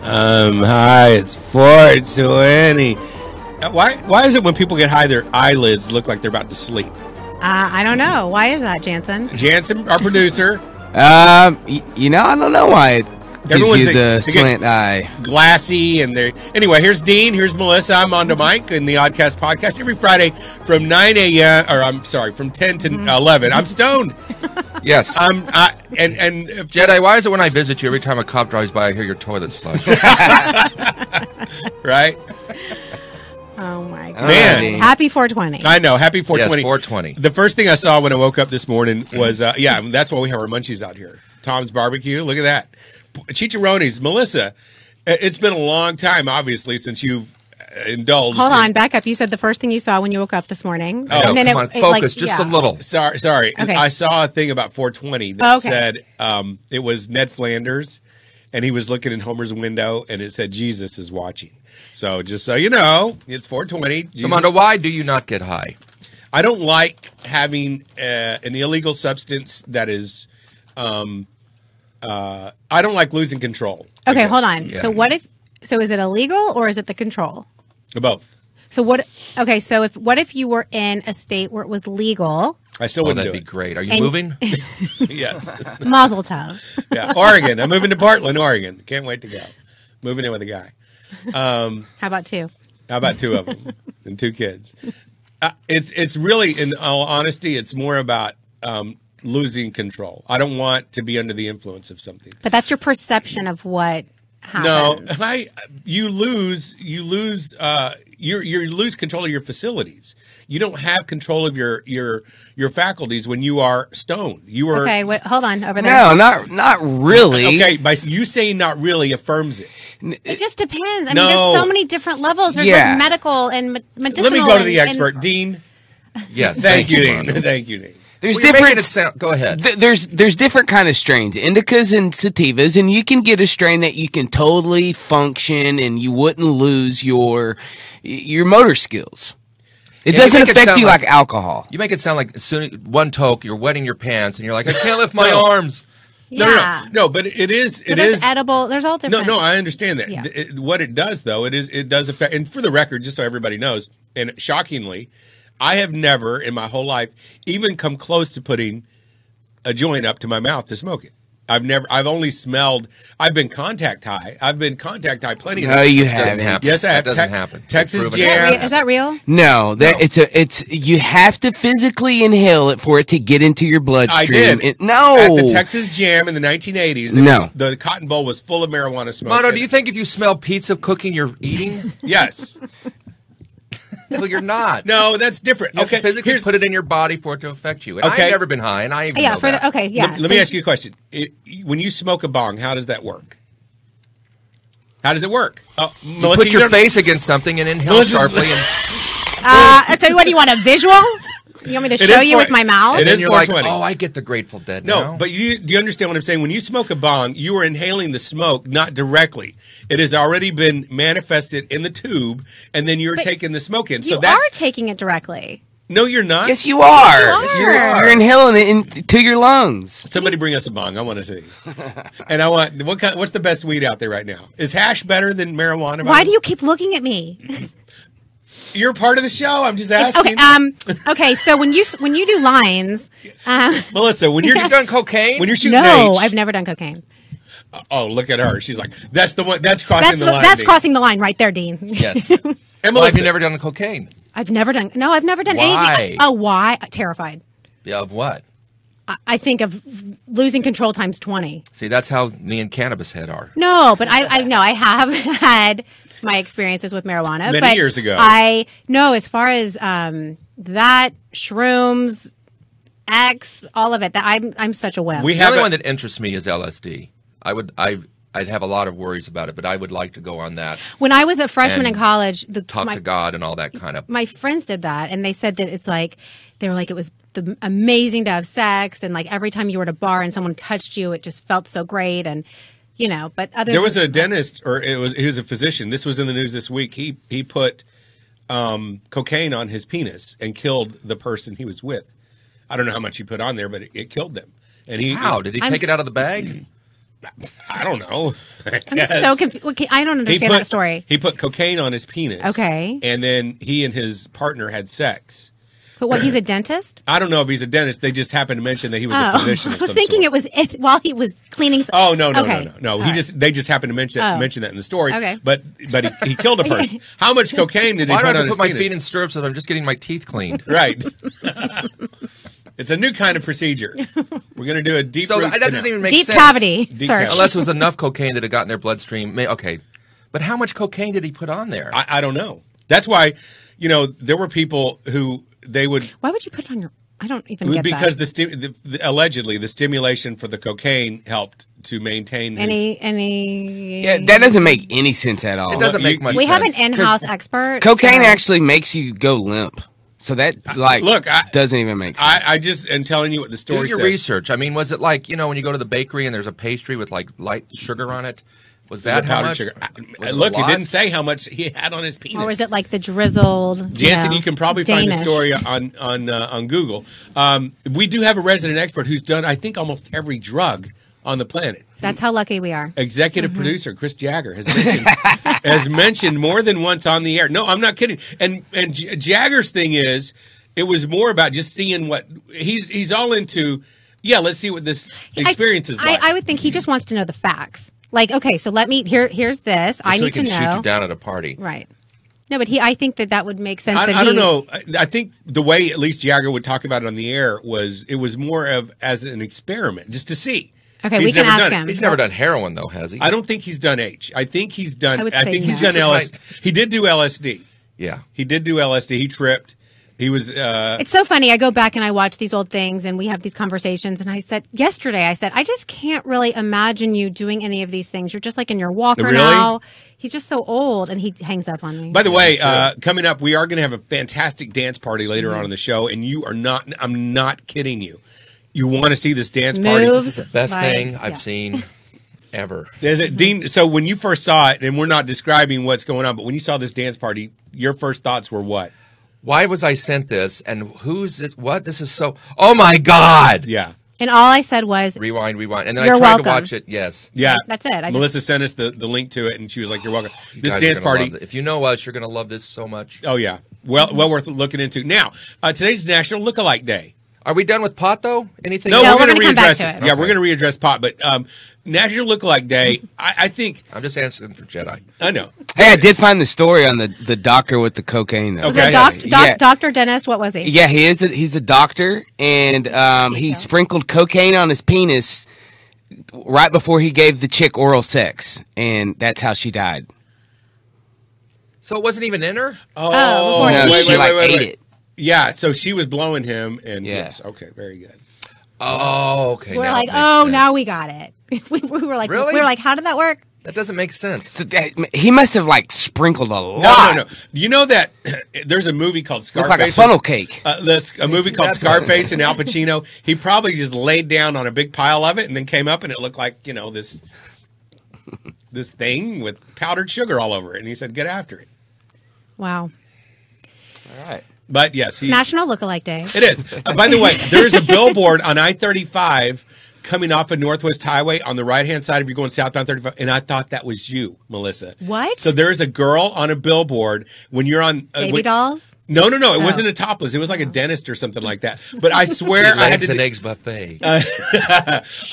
Um, them high. It's 420. Uh, Why, why is it when people get high, their eyelids look like they're about to sleep? Uh, I don't know. Why is that, Jansen? Jansen, our producer, Um, y- you know, I don't know why it gives Everyone you think- the they get- slant eye. glassy, and they anyway. Here's Dean. Here's Melissa. I'm on to Mike in the Oddcast podcast every Friday from 9 a.m. or I'm sorry, from 10 to 11. I'm stoned. Yes. I'm I, and and if- Jedi, why is it when I visit you, every time a cop drives by, I hear your toilet's flush? right. Oh my god. Man. Happy 420. I know. Happy 420. Yes, 420. The first thing I saw when I woke up this morning was, uh, yeah, that's why we have our munchies out here. Tom's Barbecue. Look at that. Chicharrones. Melissa, i- it's been a long time, obviously, since you've uh, indulged. Hold in- on, back up. You said the first thing you saw when you woke up this morning. I know, And then Oh, come it- on, it, focus like, just yeah. a little. Sorry, sorry. Okay. I saw a thing about 420 that Okay. said um, it was Ned Flanders, and he was looking in Homer's window, and it said Jesus is watching. So just so you know, it's 420. Jesus- Amanda, why do you not get high? I don't like having uh, an illegal substance that is. Um, uh, I don't like losing control. I Okay, guess. hold on. Yeah. So what if? So is it illegal or is it the control? Both. So what? Okay, so if what if you were in a state where it was legal? I still Oh, wouldn't that'd do be it. great. Are you And- moving? yes. Mazel tov. Yeah. Oregon. I'm moving to Portland, Oregon. Can't wait to go. Moving in with a guy. Um, How about two? How about two of them and two kids? Uh, it's it's really, in all honesty, it's more about um, losing control. I don't want to be under the influence of something. But that's your perception of what No, happened. I you lose you lose uh, you you lose control of your facilities. You don't have control of your your your faculties when you are stoned. You are Okay, wait, hold on over there. No, not not really. okay. By you saying not really affirms it. It just depends. I No. mean, there's so many different levels. There's Yeah. like medical and me- medicinal. Let me go to the and- expert, and- Dean. yes. Thank you, Dean. Amanda. Thank you, Dean. There's Well, you're making different. it sound- Go ahead. th- there's there's different kind of strains, indicas and sativas, and you can get a strain that you can totally function and you wouldn't lose your your motor skills. It Yeah, you doesn't make it affect sound you like- like alcohol. You make it sound like as soon one toke, you're wetting your pants, and you're like, I can't lift my No. arms. Yeah. No, no, no, no. But it is But it there's is edible. There's all different. No, no, I understand that. Yeah. Th- it- what it does, though, it is it does affect. And for the record, just so everybody knows, and shockingly, I have never in my whole life even come close to putting a joint up to my mouth to smoke it. I've never. I've only smelled. I've been contact high. I've been contact high plenty. of No, times. you Doesn't haven't. happen. Yes, I That have. doesn't Te- happen. Texas Proven it jam. doesn't Is that Yeah. re- Is that real? No, that No. it's a it's you have to physically inhale it for it to get into your bloodstream. I did. It- no, At the Texas Jam in the 1980s, it No. was- the Cotton Bowl was full of marijuana smoke. Mono, in do you it. think if you smell pizza cooking, you're eating? Yes. no, you're not. No, that's different. You have to Okay. physically Here's, put it in your body for it to affect you. And Okay. I've never been high, and I even Yeah. know For that. the, okay. Yeah. Let, let me ask you a question. It, when you smoke a bong, how does that work? How does it work? Oh, You Melissa, put you your don't- face against something and inhale Melissa's- sharply, and Uh, so what do you want? A visual? You want me to It show is you for- with my mouth? It then is you're like, 420. oh, I get the Grateful Dead No, now. but you do you understand what I'm saying? When you smoke a bong, you are inhaling the smoke, not directly. It has already been manifested in the tube, and then you're But taking the smoke in. So you that's are taking it directly. no, you're not. yes, you are. Yes, you You're- are. You're inhaling it into your lungs. Somebody bring us a bong. I want to see. and I want what kind? What's the best weed out there right now? Is hash better than marijuana? Why do you keep looking at me? You're part of the show. I'm just Okay. asking. Um. Okay. So when you when you do lines, Melissa, when you're you've done cocaine. when you're shooting no, H- I've never done cocaine. Oh, look at her. She's like, that's the one. That's crossing That's the the- line. that's Dee. crossing the line right there, Dean. yes. Why And have Melissa, you never done cocaine? I've never done. No, I've never done Why? anything. Oh, why? Terrified. Yeah, of what? I, I think of losing control times twenty. See, that's how me and cannabis head are. No, but I, I no, I have had my experiences with marijuana Many but years ago. I no, as far as um, that shrooms, X, all of it. That I'm I'm such a wimp. we The have only a, one that interests me is LSD. I would, I, I'd have a lot of worries about it, but I would like to go on that, when I was a freshman in And college, the talk my, to God, and all that kind of. my friends did that and they said that it's like they were like it was the, amazing to have sex and like every time you were at a bar and someone touched you it just felt so great and you know but other there was than- a dentist, or it was he was a physician. This was in the news this week. He he put um, cocaine on his penis and killed the person he was with. I don't know how much he put on there, but it, it killed them. And he How did he I'm take it s- out of the bag? I don't know. I'm so confused. I don't He understand put that story. He put cocaine on his penis. Okay. and then he and his partner had sex. But what? He's a dentist. I don't know if he's a dentist. They just happened to mention that he was a Oh, physician. I Of some was thinking sort. it was it, while he was cleaning. s- Oh no no Okay. no no no! All He right. just they just happened to mention that, Oh. mention that in the story. Okay. but but he, he killed a person. How much cocaine did he Why do I have put on to his put my penis? feet in stirrups if I'm just getting my teeth cleaned? right. it's a new kind of procedure. We're going to do a deep. So root that doesn't canal. even make deep sense. cavity Deep search. cavity. Unless it was enough cocaine that it got in their bloodstream. May- Okay, but how much cocaine did he put on there? I, I don't know. That's why, you know, there were people who they would Why would you put it on your? I don't even get because that. the, sti- the, the allegedly the stimulation for the cocaine helped to maintain his- any any. Yeah, that doesn't make any sense at all. it doesn't you- make much we have an sense. in-house expert. Cocaine so- actually makes you go limp. So that like look, I- doesn't even make sense. I, I just am telling you what the Do story your said. research. I mean, was it like you know when you go to the bakery and there's a pastry with like light sugar on it? Was that Powdered how much? sugar. I- Was it a look, it lot? didn't say how much he had on his penis. Or was it like the drizzled? Jansen, know, you can probably find the Danish? story on on uh, on Google. Um, we do have a resident expert who's done, I think, almost every drug on the planet. That's how Mm-hmm. lucky we are. Executive producer Chris Jagger has mentioned, has mentioned more than once on the air. No, I'm not kidding. And and J- Jagger's thing is, it was more about just seeing what he's he's all into. Yeah, let's see what this I- experience is I, like. I would think he just wants to know the facts. Like, okay, so let me here. Here's this. so I he need can to know. shoot you down at a party. Right. No, but he. I think that that would make sense. that I, I don't he- know. I, I think the way at least Jagger would talk about it on the air was it was more of as an experiment, just to see. Okay, He's we can never ask done it. him. He's never done heroin though, has he? I don't think he's done H. I think he's done. I would I, say think he's no. done LSD. He did do LSD. Yeah. He did do LSD. He tripped. He was. Uh, It's so funny. I go back and I watch these old things and we have these conversations. And I said, yesterday, I said, I just can't really imagine you doing any of these things. You're just like in your walker Really? now. He's just so old and he hangs up on me. by the way, uh, coming up, we are going to have a fantastic dance party later on in the show, and you are not. I'm not kidding you. You want to see this dance party? Moves. Best by- thing I've yeah. seen ever. There's a Dean. So when you first saw it, and we're not describing what's going on, but when you saw this dance party, your first thoughts were what? Why was I sent this? And who's this? What? This is so. Oh my God! Yeah, And all I said was, Rewind, rewind, and then I You're tried to welcome. watch it. Yes. yeah. That's it. I Melissa sent us the, the link to it, and she was like, "You're welcome." You This guys are dance gonna party. love it. If you know us, you're going to love this so much. Oh yeah, well well worth looking into. Now uh, today's National Lookalike Day. Are we done with pot though? Anything? No, else? we're gonna gonna come back readdress to it. Yeah, Okay. we're going to readdress pot, but um, National Lookalike Day. I, I think I'm just asking for Jedi. I know. hey, I did find the story on the, the doctor with the cocaine though. was Okay. it doc, Yeah. doc, Dr. Dennis? What was he? Yeah, he is. A, he's a doctor, and um, he sprinkled cocaine on his penis right before he gave the chick oral sex, and that's how she died. So it wasn't even in her. Oh, before No, Wait, she like ate it. Yeah, so she was blowing him, and Yeah. yes, okay, very good. Oh, okay. We're now like, it makes oh, sense. now we got it. we, we were like, Really? we were like, how did that work? That doesn't make sense. oh. So that- He must have like sprinkled a No, lot. no, no. You know that there's a movie called Looks Scarface. like a funnel cake. Uh, this, a movie called That's what- Scarface and Al Pacino. He probably just laid down on a big pile of it and then came up and it looked like you know this this thing with powdered sugar all over it. And he said, "Get after it." Wow. All right. But yes, he, National Lookalike Day. It is. Uh, by the way, there is a billboard on I 35 coming off of Northwest Highway on the right hand side if you're going southbound 35. And I thought that was you, Melissa. What? So there is a girl on a billboard when you're on. Uh, Baby when- dolls? No, no, no. It Oh. wasn't a topless. It was like a dentist or something like that. But I swear I had Legs to. and do- eggs buffet. I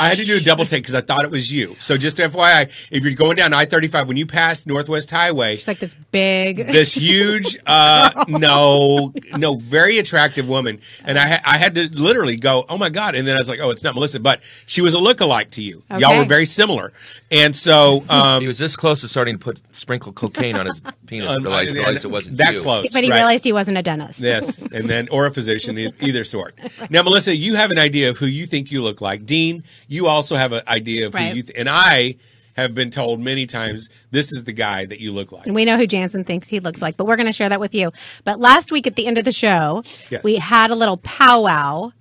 had to do a double take because I thought it was you. So just FYI, if you're going down I 35 when you pass Northwest Highway, She's like this big. this huge uh no no very attractive woman and i ha- i had to literally go oh my god and then i was like oh it's not melissa but she was a lookalike to you y'all Okay. were very similar and so he um was this close to starting to put sprinkle cocaine on his penis. and realized, realized it wasn't Um, that you. close but he right. realized he wasn't a dentist. yes and then or a physician e- either sort now melissa you have an idea of who you think you look like dean you also have an idea of Right. who you th- and i have been told many times this is the guy that you look like And we know who Jansen thinks he looks like, but we're going to share that with you. But last week at the end of the show, Yes. we had a little powwow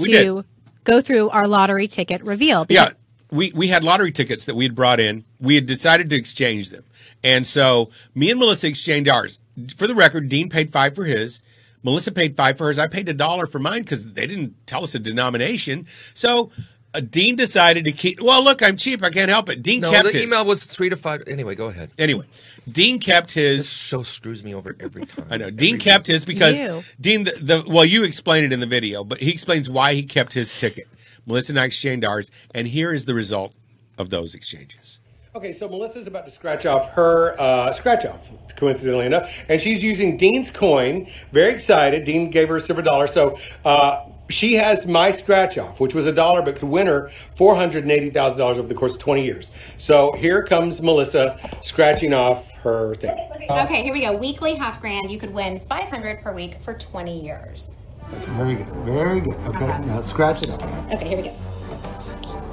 We to go through our lottery ticket reveal. Yeah, Because- we we had lottery tickets that we had brought in. We had decided to exchange them, and so me and Melissa exchanged ours. For the record, Dean paid five for his. Melissa paid five for hers. I paid a dollar for mine because they didn't tell us a denomination. So uh, Dean decided to keep. Well, look, I'm cheap. I can't help it. Dean No, kept the his. email was three to five. Anyway, go ahead. anyway, Dean kept This his. show screws me over every time. I know. Dean Every- kept his because You. Dean the, the well, you explain it in the video, but he explains why he kept his ticket. Melissa and I exchanged ours, and here is the result of those exchanges. Okay, so Melissa's about to scratch off her uh, scratch off, coincidentally enough, and she's using Dean's coin. Very excited. Dean gave her a silver dollar, so uh, she has my scratch off, which was a dollar, but could win her four hundred and eighty thousand dollars over the course of twenty years. So here comes Melissa scratching off her thing. Okay, here we go. Weekly half grand. You could win 500 per week for 20 years. Very good. Very good. Okay, now scratch it off. Okay, here we go.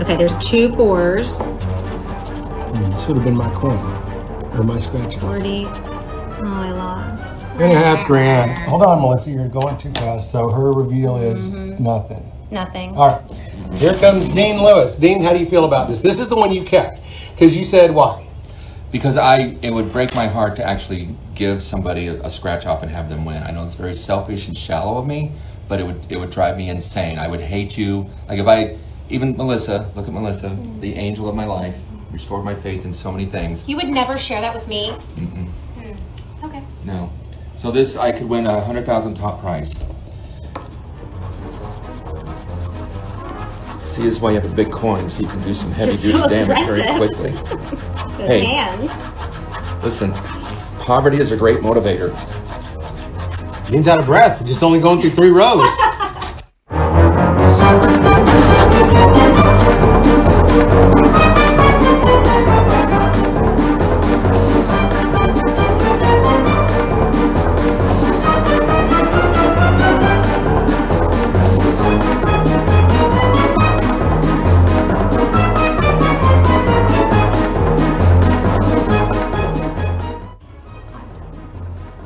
Okay, there's two fours. Should have Mm, been my coin or my scratch off. 40. Oh, I lost. And a half grand. Hold on, Melissa, you're going too fast. So her reveal is Mm-hmm. nothing. Nothing. All right. Here comes Dean Lewis. Dean, how do you feel about this? This is the one you kept because you said why. because I it would break my heart to actually give somebody a, a scratch off and have them win. I know it's very selfish and shallow of me, but it would it would drive me insane. I would hate you. Like if I even Melissa, look at Melissa, the angel of my life, restored my faith in so many things. You would never share that with me. Mm-mm. Okay. No, so this I could win a hundred thousand top prize. See, this is why you have a big coin, so you can do some heavy duty so damage very aggressive. quickly. Those Hey. hands. Listen, poverty is a great motivator. Dean's out of breath. Just only going through three rows.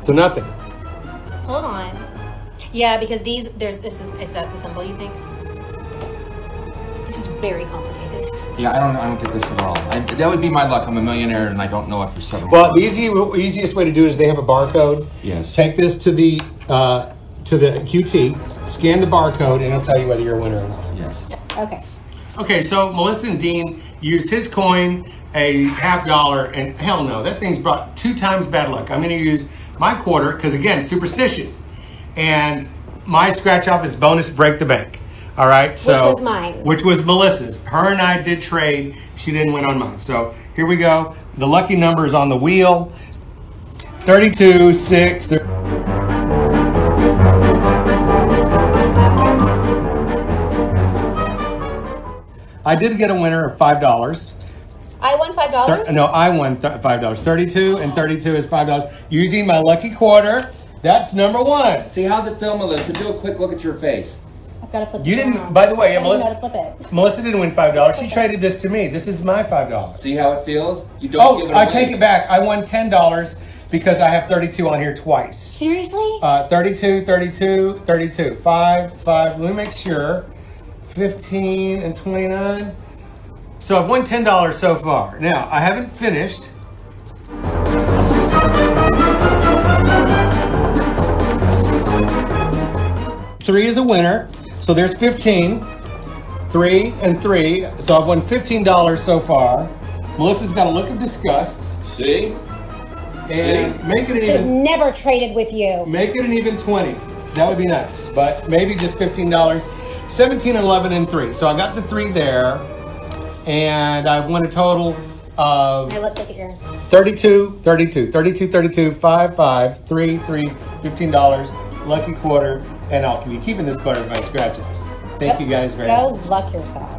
so nothing. Hold on. Yeah, because these there's this is is that the symbol you think? This is very complicated. Yeah, I don't. I don't get this at all. I, that would be my luck. I'm a millionaire, and I don't know it for seven. Well, the months. easy, easiest way to do it is they have a barcode. Yes. Take this to the uh, to the QT, scan the barcode, and it'll tell you whether you're a winner or not. Yes. Okay. Okay, so Melissa and Dean used his coin, a half dollar, and hell no, that thing's brought two times bad luck. I'm going to use my quarter because again, superstition, and my scratch off is bonus break the bank. All right, so was mine? Which was Melissa's. Her and I did trade. She didn't win on mine. So here we go. The lucky number is on the wheel. Thirty-two, six. thir- I did get a winner of five dollars. I won five dollars. Thir- no, I won th- five dollars. Thirty-two and thirty-two is five dollars. Using my lucky quarter, that's number one. See, how's it feel, Melissa? Do a quick look at your face. I've got to flip. You this didn't. around. By the way, I didn't know how to Melissa, flip it. Melissa didn't win five dollars. She traded this to me. This is my five dollars. See how it feels? You don't give Oh, it I away. take it back. I won ten dollars because I have thirty-two on here twice. Seriously? Uh, 32, 32, 32. 5, 5. Let me make sure. 15 and 29. So I've won $10 so far. Now, I haven't finished. Three is a winner. So there's 15. Three and three. So I've won $15 so far. Melissa's got a look of disgust. See? And make it an I've even never traded with you. Make it an even 20. That would be nice, but maybe just $15. 17, 11, and 3. So I got the 3 there, and I've won a total of Now let's look at yours. 32, 32, 32, 32, 5, 5, 3, 3, $15, lucky quarter, and I'll be keeping this quarter of my scratch offs. Thank you guys very Go much. luck yourself.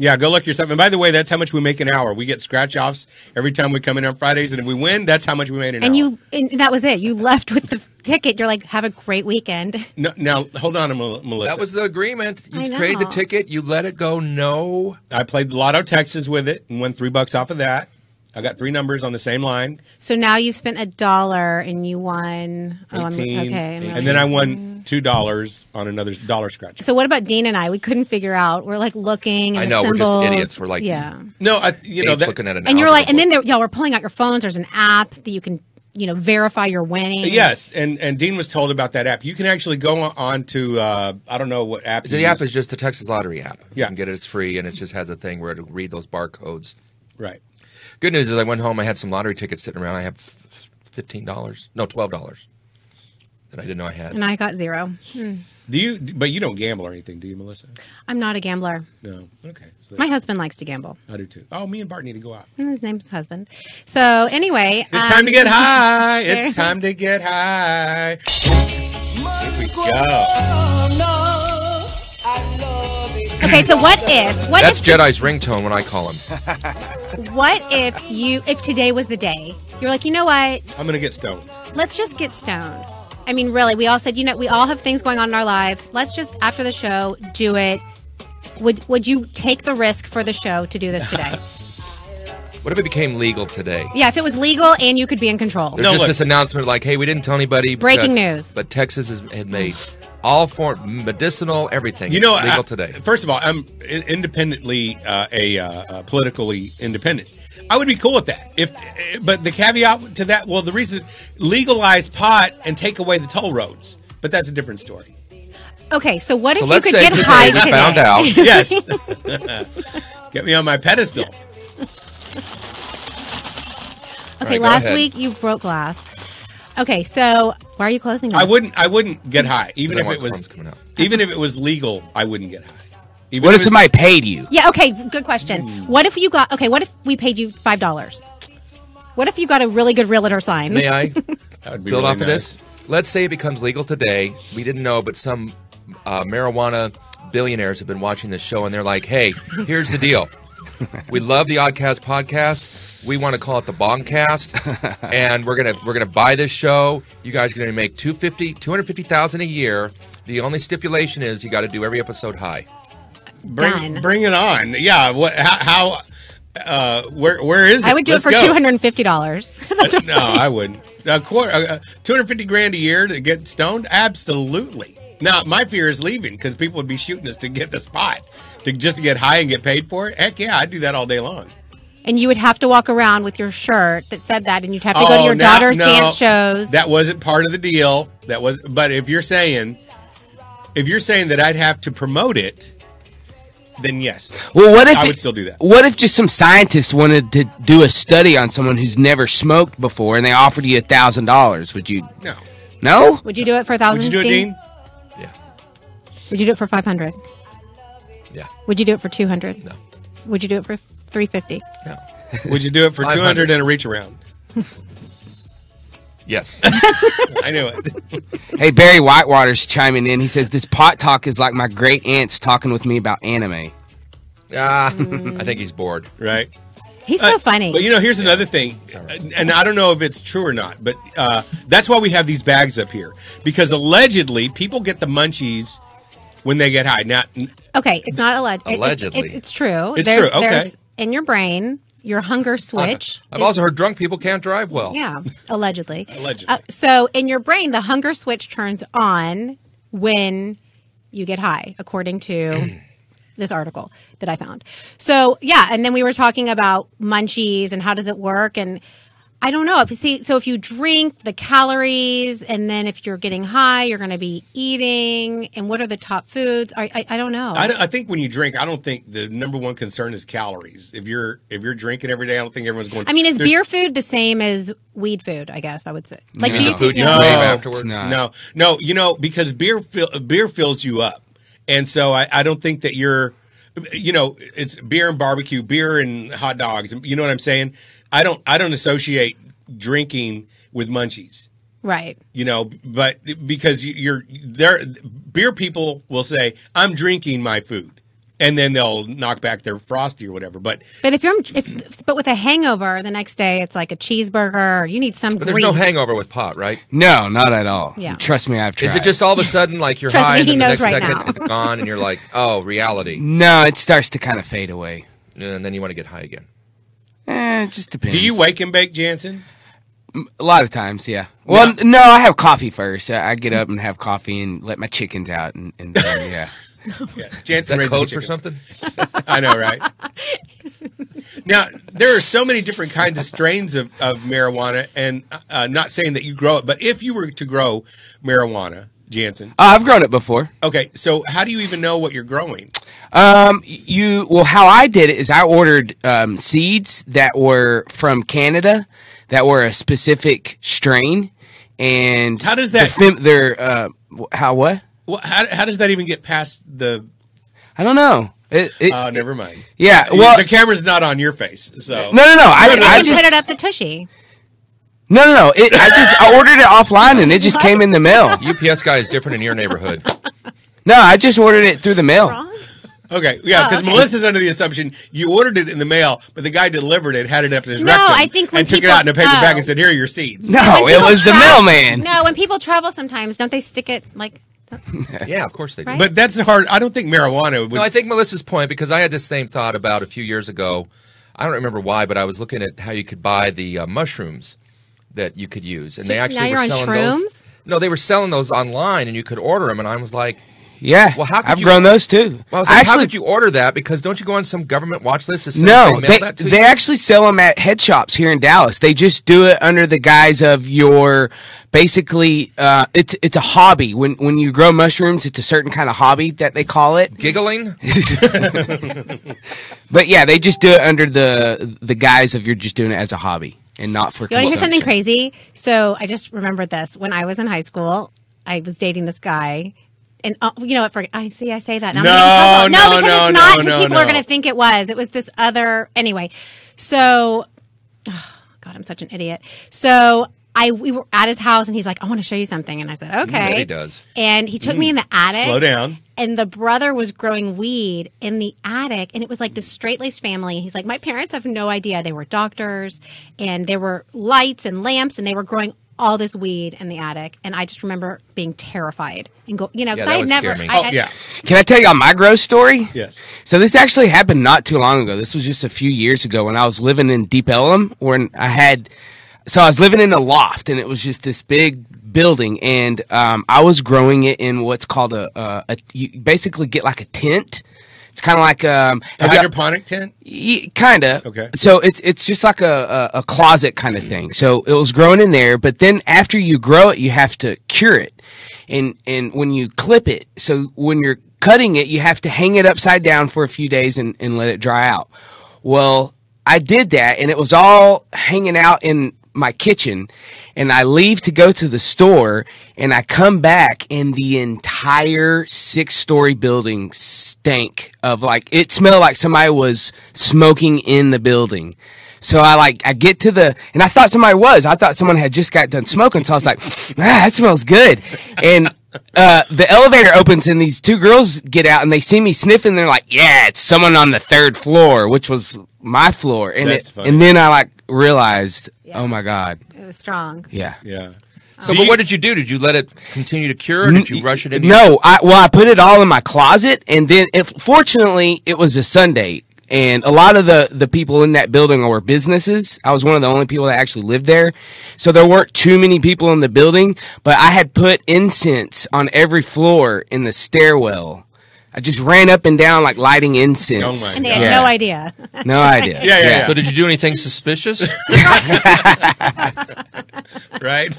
Yeah, go look yourself. And by the way, that's how much we make an hour. We get scratch offs every time we come in on Fridays, and if we win, that's how much we made an hour. And you, and that was it. You left with the ticket. You're like, have a great weekend. No, now hold on, a Mel- Melissa. That was the agreement. I You trade the know. ticket. You let it go. No. I played Lotto Texas with it and won three bucks off of that. I got three numbers on the same line, So now you've spent a dollar and you won. oh, I'm- eighteen, okay. Mm-hmm. I'm and then I won two dollars on another dollar scratch. So what about Dean and I? We couldn't figure out. We're like looking. And I the know, we're just symbols. idiots. We're like- yeah. no, I you know Dave's that, looking at an And you're like, algorithm. and then there, y'all were pulling out your phones. There's an app that you can you know verify you're winning. Uh, Yes, and and Dean was told about that app. You can actually go on to uh, I don't know what app. The you app use. is just the Texas Lottery app. You Yeah. can get it. It's free, and it just has a thing where it'll read those barcodes. right. Good news is I went home. I had some lottery tickets sitting around. I have f- fifteen dollars, no twelve dollars, that I didn't know I had. and I got zero. Hmm. Do you? But you don't gamble or anything, do you, Melissa? I'm not a gambler. No. Okay. So My husband likes to gamble. I do too. Oh, me and Bart need to go out. His name's husband. So anyway, It's um, time to get high. there. It's time to get high. Here we go. okay. So what if what That's if Jedi's ringtone when I call him. what if you if today was the day you're like you know what I'm gonna get stoned. let's just get stoned. I mean, really, we all said, you know, we all have things going on in our lives. Let's just after the show do it. Would Would you take the risk for the show to do this today? What if it became legal today? yeah, if it was legal and you could be in control. There's No, just look. this announcement like, hey, we didn't tell anybody. but- Breaking news. But Texas has, had made all form medicinal everything. You know, legal I- today. First of all, I'm in- independently uh, a uh, uh, politically independent. I would be cool with that. If, eh, but the caveat to that, well, the reason legalize pot and take away the toll roads, but that's a different story. Okay, so what So if you let's could say get today high we today? found out. Yes, get me on my pedestal. Okay, All right, go last ahead. week you broke glass. Okay, so why are you closing? This? I wouldn't. I wouldn't get high, even Don't if want it was crumbs coming out. even if it was legal. I wouldn't get high. Even What if if it- somebody paid you? Yeah. Okay. Good question. Hmm. What if you got? Okay. What if we paid you five dollars? What if you got a really good realtor sign? May I That would be really build off of nice. this? Let's say it becomes legal today. We didn't know, but some uh, marijuana billionaires have been watching this show and they're like, hey, here's the deal. We love the Oddcast podcast. We want to call it the Bongcast, and we're gonna we're gonna buy this show. You guys are gonna make 250 250,000 a year. The only stipulation is you got to do every episode high. Done. Bring, bring it on. Yeah. What? How? how uh, where? Where is it? I would do Let's it for go. two hundred and fifty dollars. Uh, No, I wouldn't. A quarter, uh, two hundred fifty grand a year to get stoned. Absolutely. Now, my fear is leaving because people would be shooting us to get the spot, to just to get high and get paid for it. Heck yeah, I'd do that all day long. and you would have to walk around with your shirt that said that, and you'd have to go to your now- daughter's Oh, no, dance shows. That wasn't part of the deal. That was, but if you're saying, if you're saying that I'd have to promote it, then yes. Well, what if I would it- still do that. What if just some scientists wanted to do a study on someone who's never smoked before, and they offered you a thousand dollars? Would you? No. No. would you do it for a thousand? Would you do it, Dean? Yeah, Would you do it for five hundred? yeah, Would you do it for two hundred? No. Would you do it for three fifty? no, Would you do it for two 500. hundred and a reach around? yes. I knew it. Hey, Barry Whitewater's chiming in. He says this pot talk is like my great aunts talking with me about anime. ah, I think he's bored. right. Mm. Uh, He's so funny. But you know, here's another thing, and I don't know if it's true or not, but uh, that's why we have these bags up here because allegedly people get the munchies when they get high. Now, okay, it's not alleged. Allegedly. it's, it's true. It's there's, true, okay. Uh-huh. There's in your brain your hunger switch. I've also heard drunk people can't drive well. Yeah, allegedly. Allegedly. Uh, so in your brain, the hunger switch turns on when you get high, according to this article that I found. So yeah, and then we were talking about munchies and how does it work and. I don't know. If you see, so if you drink the calories, and then if you're getting high, you're going to be eating. And what are the top foods? I I, I don't know. I, don't- I think when you drink, I don't think the number one concern is calories. If you're if you're drinking every day, I don't think everyone's going. I mean, is There's- beer food the same as weed food? I guess I would say. Like, The food you No. crave afterwards. No. No, no, you know, because beer fill, beer fills you up, and so I, I don't think that you're, you know, it's beer and barbecue, beer and hot dogs. You know what I'm saying? I don't, I don't associate drinking with munchies. right? You know, but because you- you're there, beer people will say, "I'm drinking my food," and then they'll knock back their frosty or whatever. But But if you're if but with a hangover the next day, it's like a cheeseburger. You need some But there's grease. no Uh, hangover with pot, right? No, not at all. Yeah. Trust me, I've tried. Is it just all of a sudden like you're Trust high me, and he then the knows next right second now. it's gone and you're like, oh, reality, No, it starts to kind of fade away. and then you want to get high again? Eh, it just depends. do you wake and bake, Jansen? A lot of times, yeah. Well, n- no, I have coffee first. I I get up and have coffee and let my chickens out, and, and then, yeah. Yeah, Is Jansen that raises code for chickens. something? I know, right? Now there are so many different kinds of strains of, of marijuana, and uh, uh, not saying that you grow it, but if you were to grow marijuana, Jansen, Uh, I've grown it before. okay, so how do you even know what you're growing? Um, you well, how I did it is I ordered um, seeds that were from Canada that were a specific strain, and How does that- the fem- their uh, wh- how what Well, how, how does that even get past the? I don't know. It, it, Oh, never mind. yeah, Well, well, the camera's not on your face, so no, no, no. I, You I can put just it up the tushy. no, no, no. It, I just I ordered it offline and it just came in the mail. UPS guy is different in your neighborhood. No, I just ordered it through the mail. Wrong? Okay, yeah, because Uh, okay. Melissa's under the assumption you ordered it in the mail, but the guy delivered it, had it up in his No, rectum, I think when and took it people- out in a paper bag oh. and said, "Here are your seeds." No, When it people was the tra- mailman. No, when people travel sometimes, don't they stick it like yeah, of course they do. Right? But that's hard. I don't think marijuana would. No, I think Melissa's point because I had this same thought about a few years ago. I don't remember why, but I was looking at how you could buy the uh, mushrooms that you could use, and So they now actually you're were on selling shrooms? those. No, they were selling those online, and you could order them. And I was like, Yeah, Well, how could I've you- grown those too. well, I was I like, how actually could you order that? Because don't you go on some government watch list? As soon as No, they, mail they, that to they you? actually sell them at head shops here in Dallas. They just do it under the guise of your basically uh, it's it's a hobby. When when you grow mushrooms, it's a certain kind of hobby that they call it. giggling. But yeah, they just do it under the the guise of you're just doing it as a hobby and not for. You want to hear something consumption. crazy? So I just remembered this. When I was in high school, I was dating this guy. And uh, you know what? For I see, I say that. Now I'm No, getting in trouble. no, because no, it's not no, who no, people are no. going to think it was. It was this other anyway. So, oh, God, I'm such an idiot. So I we were at his house, and he's like, "I want to show you something," and I said, "Okay." bet he does. And he took me in the attic. Mm. Slow down. And the brother was growing weed in the attic, and it was like this straight laced family. He's like, My parents have no idea. They were doctors, and there were lights and lamps, and they were growing all this weed in the attic. And I just remember being terrified and go, you know, Yeah, because that I had would never. scare me. I, oh, I- yeah, Can I tell y'all my gross story? yes. So this actually happened not too long ago. This was just a few years ago when I was living in Deep Ellum when I had so I was living in a loft and it was just this big building and um, I was growing it in what's called a, a, a you basically get like a tent. It's kind of like um A have y'all- hydroponic tent. kind of Okay. so it's it's just like a, a, a closet kind of thing so it was growing in there but then after you grow it you have to cure it and and when you clip it so when you're cutting it you have to hang it upside down for a few days and, and let it dry out well i did that and it was all hanging out in my kitchen and i leave to go to the store and i come back and the entire six story building stank of like it smelled like somebody was smoking in the building so i like i get to the and i thought somebody was i thought someone had just got done smoking so i was like ah, that smells good and uh, the elevator opens and these two girls get out and they see me sniffing. They're like, "Yeah, it's someone on the third floor," which was my floor. And That's it- funny. and then I like realized, oh my god, It was strong. yeah. Yeah. So, Do but you- what did you do? Did you let it continue to cure? Or did you rush it in? No, I well, I put it all in my closet, and then it, fortunately, it was a Sunday, and a lot of the the people in that building were businesses. I was one of the only people that actually lived there, so there weren't too many people in the building. But I had put incense on every floor in the stairwell. I just ran up and down like lighting incense. Oh my And they had Yeah. no idea. No idea. Yeah, yeah, yeah. So did you do anything suspicious? Right.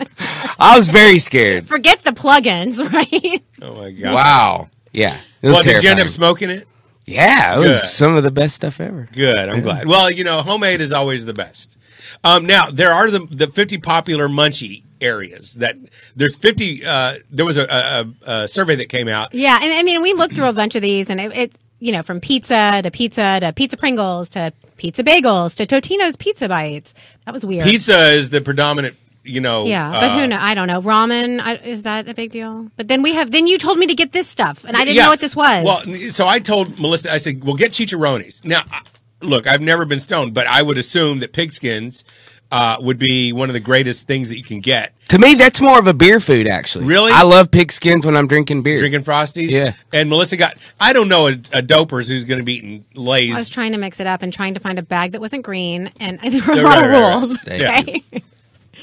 I was very scared. Forget the plugins, right? Oh my god. wow. Yeah. It was Well, did you end terrifying. up smoking it? Yeah, it was Good. some of the best stuff ever. Good. I'm glad. Well, you know, homemade is always the best. Um, now there are the the 50 popular munchie areas that there's 50. Uh, there was a, a, a survey that came out. Yeah, and I mean, we looked through a bunch of these, and it, it you know, from pizza to pizza to pizza Pringles to pizza bagels to Totino's pizza bites. That was weird. Pizza is the predominant. You know. Yeah, but uh, who know? I don't know. Ramen I, is that a big deal? But then we have. Then you told me to get this stuff, and I didn't Yeah. know what this was. Well, so I told Melissa, I said, "Well, get chicharrones." Now, I- look, I've never been stoned, but I would assume that pigskins uh, would be one of the greatest things that you can get. To me, that's more of a beer food, actually. Really? I love pig skins when I'm drinking beer. Drinking frosties, Yeah. And Melissa got, I don't know a, a dopers who's going to be eating I was Lay's. trying to mix it up and trying to find a bag that wasn't green, and there were a Right, lot of right, right, rules. right. Thank okay,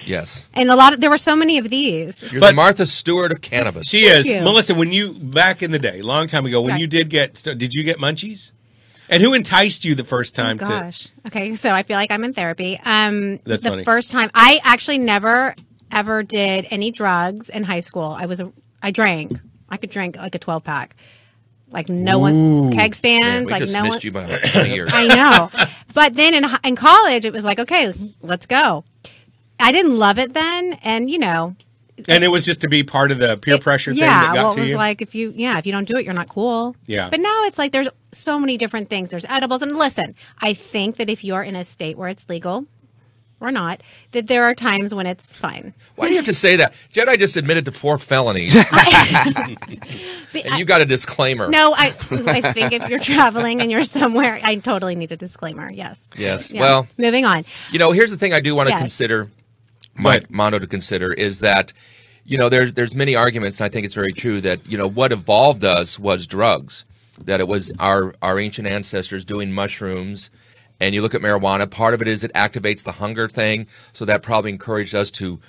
Yes. and a lot of there were so many of these. You're But- the Martha Stewart of cannabis. she is you. Melissa. When you back in the day, long time ago, when Right. you did get, sto- did you get munchies? And who enticed you the first time to? Oh, Gosh. Okay, so I feel like I'm in therapy. Um, That's the funny. first time I actually never ever did any drugs in high school. I was a I drank. I could drink like a 12 pack. Like no one keg Man, stands, we like just no missed one you by like 20 years. I know. But then in hi- in college it was like, okay, let's go. I didn't love it then and you know, And it was just to be part of the peer pressure thing yeah, that got well, it to was you. like if you yeah, if you don't do it, you're not cool. Yeah. But now it's like there's so many different things. There's edibles, and listen, I think that if you're in a state where it's legal or not, that there are times when it's fine. Why do you have to say that? Jedi just admitted to four felonies, But and you got a disclaimer. I, no, I I think if you're traveling and you're somewhere, I totally need a disclaimer. Yes. Yes. Yeah. Well, moving on. you know, here's the thing I do want to Yes. consider, Mike Mondo to consider is that, you know, there's there's many arguments, and I think it's very true that you know what evolved us was drugs, that it was our our ancient ancestors doing mushrooms, and you look at marijuana. Part of it is it activates the hunger thing, so that probably encouraged us to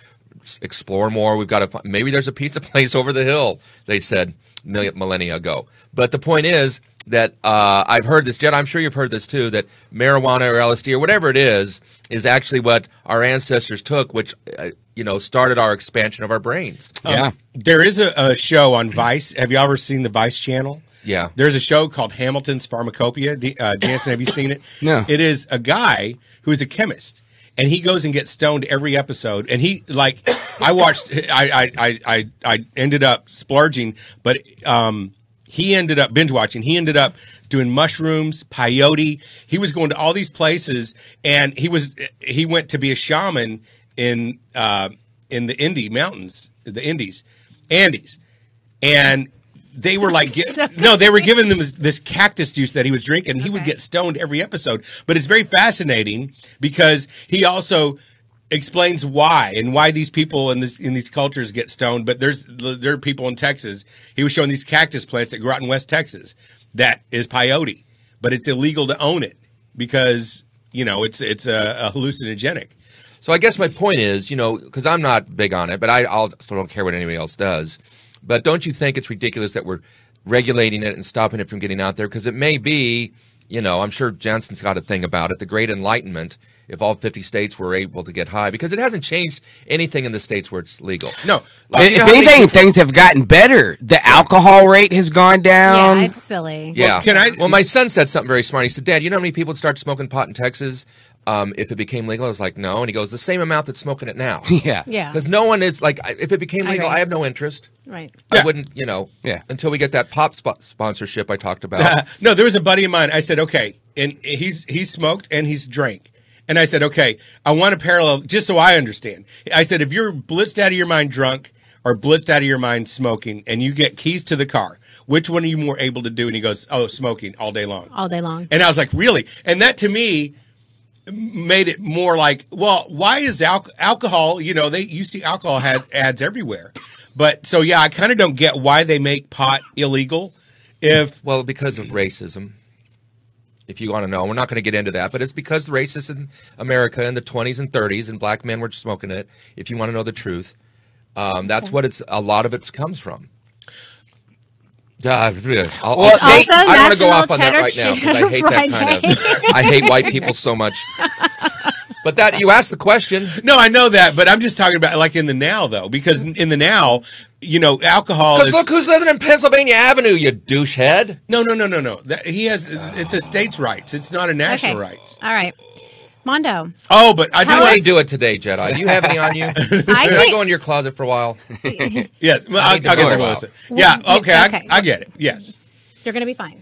s- explore more. We've got to find, maybe there's a pizza place over the hill. They said mil- millennia ago. But the point is that uh, I've heard this, Jed. I'm sure you've heard this too. That marijuana or LSD or whatever it is is actually what our ancestors took, which uh, you know started our expansion of our brains. yeah. Um, There is a, a show on Vice. Have you ever seen the Vice channel? Yeah. There's a show called Hamilton's Pharmacopoeia. D- uh, Jansen, have you seen it? No. It is a guy who's a chemist. And he goes and gets stoned every episode. And he like, I watched. I I I I, I ended up splurging, but um, he ended up binge watching. He ended up doing mushrooms, peyote. He was going to all these places, and he was he went to be a shaman in uh, in the Indy mountains, the Indies, Andes and they were like, get- so no, they were giving them this, this cactus juice that he was drinking. He would get stoned every episode, but it's very fascinating because he also explains why and why these people in this in these cultures get stoned. But there's there are people in Texas. He was showing these cactus plants that grow out in West Texas that is peyote, but it's illegal to own it because you know it's it's a, a hallucinogenic. So I guess my point is, you know, because I'm not big on it, but I I'll, so don't care what anybody else does. But don't you think it's ridiculous that we're regulating it and stopping it from getting out there? Because it may be, you know, I'm sure Johnson's got a thing about it, the Great Enlightenment. If all 50 states were able to get high, because it hasn't changed anything in the states where it's legal. No, Like, you if know how many anything, people- things have gotten better. The alcohol rate has gone down. yeah, it's silly. Yeah. Well, can I- Well, my son said something very smart. He said, "Dad, you know how many people would start smoking pot in Texas um, if it became legal?" I was like, "No," and he goes, "The same amount that's smoking it now." yeah. Yeah. Because no one is like, I- if it became I legal, agree. I have no interest. Right. I wouldn't, you know, Yeah. until we get that pop spo- sponsorship I talked about. no, there was a buddy of mine. I said, okay, and he's he smoked and he's drank. And I said, okay, I want a parallel just so I understand. I said, if you're blitzed out of your mind drunk or blitzed out of your mind smoking, and you get keys to the car, which one are you more able to do? And he goes, oh, smoking all day long. All day long. And I was like, really? And that to me made it more like, well, why is al- alcohol? You know, they you see alcohol had ads everywhere, but so yeah, I kind of don't get why they make pot illegal. If well, because of racism. If you want to know, we're not going to get into that, but it's because racists in America in the 20s and 30s and black men were smoking it. If you want to know the truth, um, that's what it's a lot of it comes from. Uh, bleh. I'll- I'll- Also I want to National go off on that Cheddar right now because I Cheddar hate that kind of. I hate white people so much. But that you asked the question. No, I know that, but I'm just talking about like in the now though, because in the now, you know, alcohol Because is look who's living in Pennsylvania Avenue, you douchehead. no, no, no, no, no. That, he has it's a states' rights. It's not a national Okay. rights. All right. Mondo. Oh, but I do How do I want to do. do it today, Jedi? Do you have any on you? Can I I go think in your closet for a while? Yes, well, I'll, I'll need to get go the out. Melissa. Yeah, Well, okay, I, okay. I get it. Yes, you're going to be fine.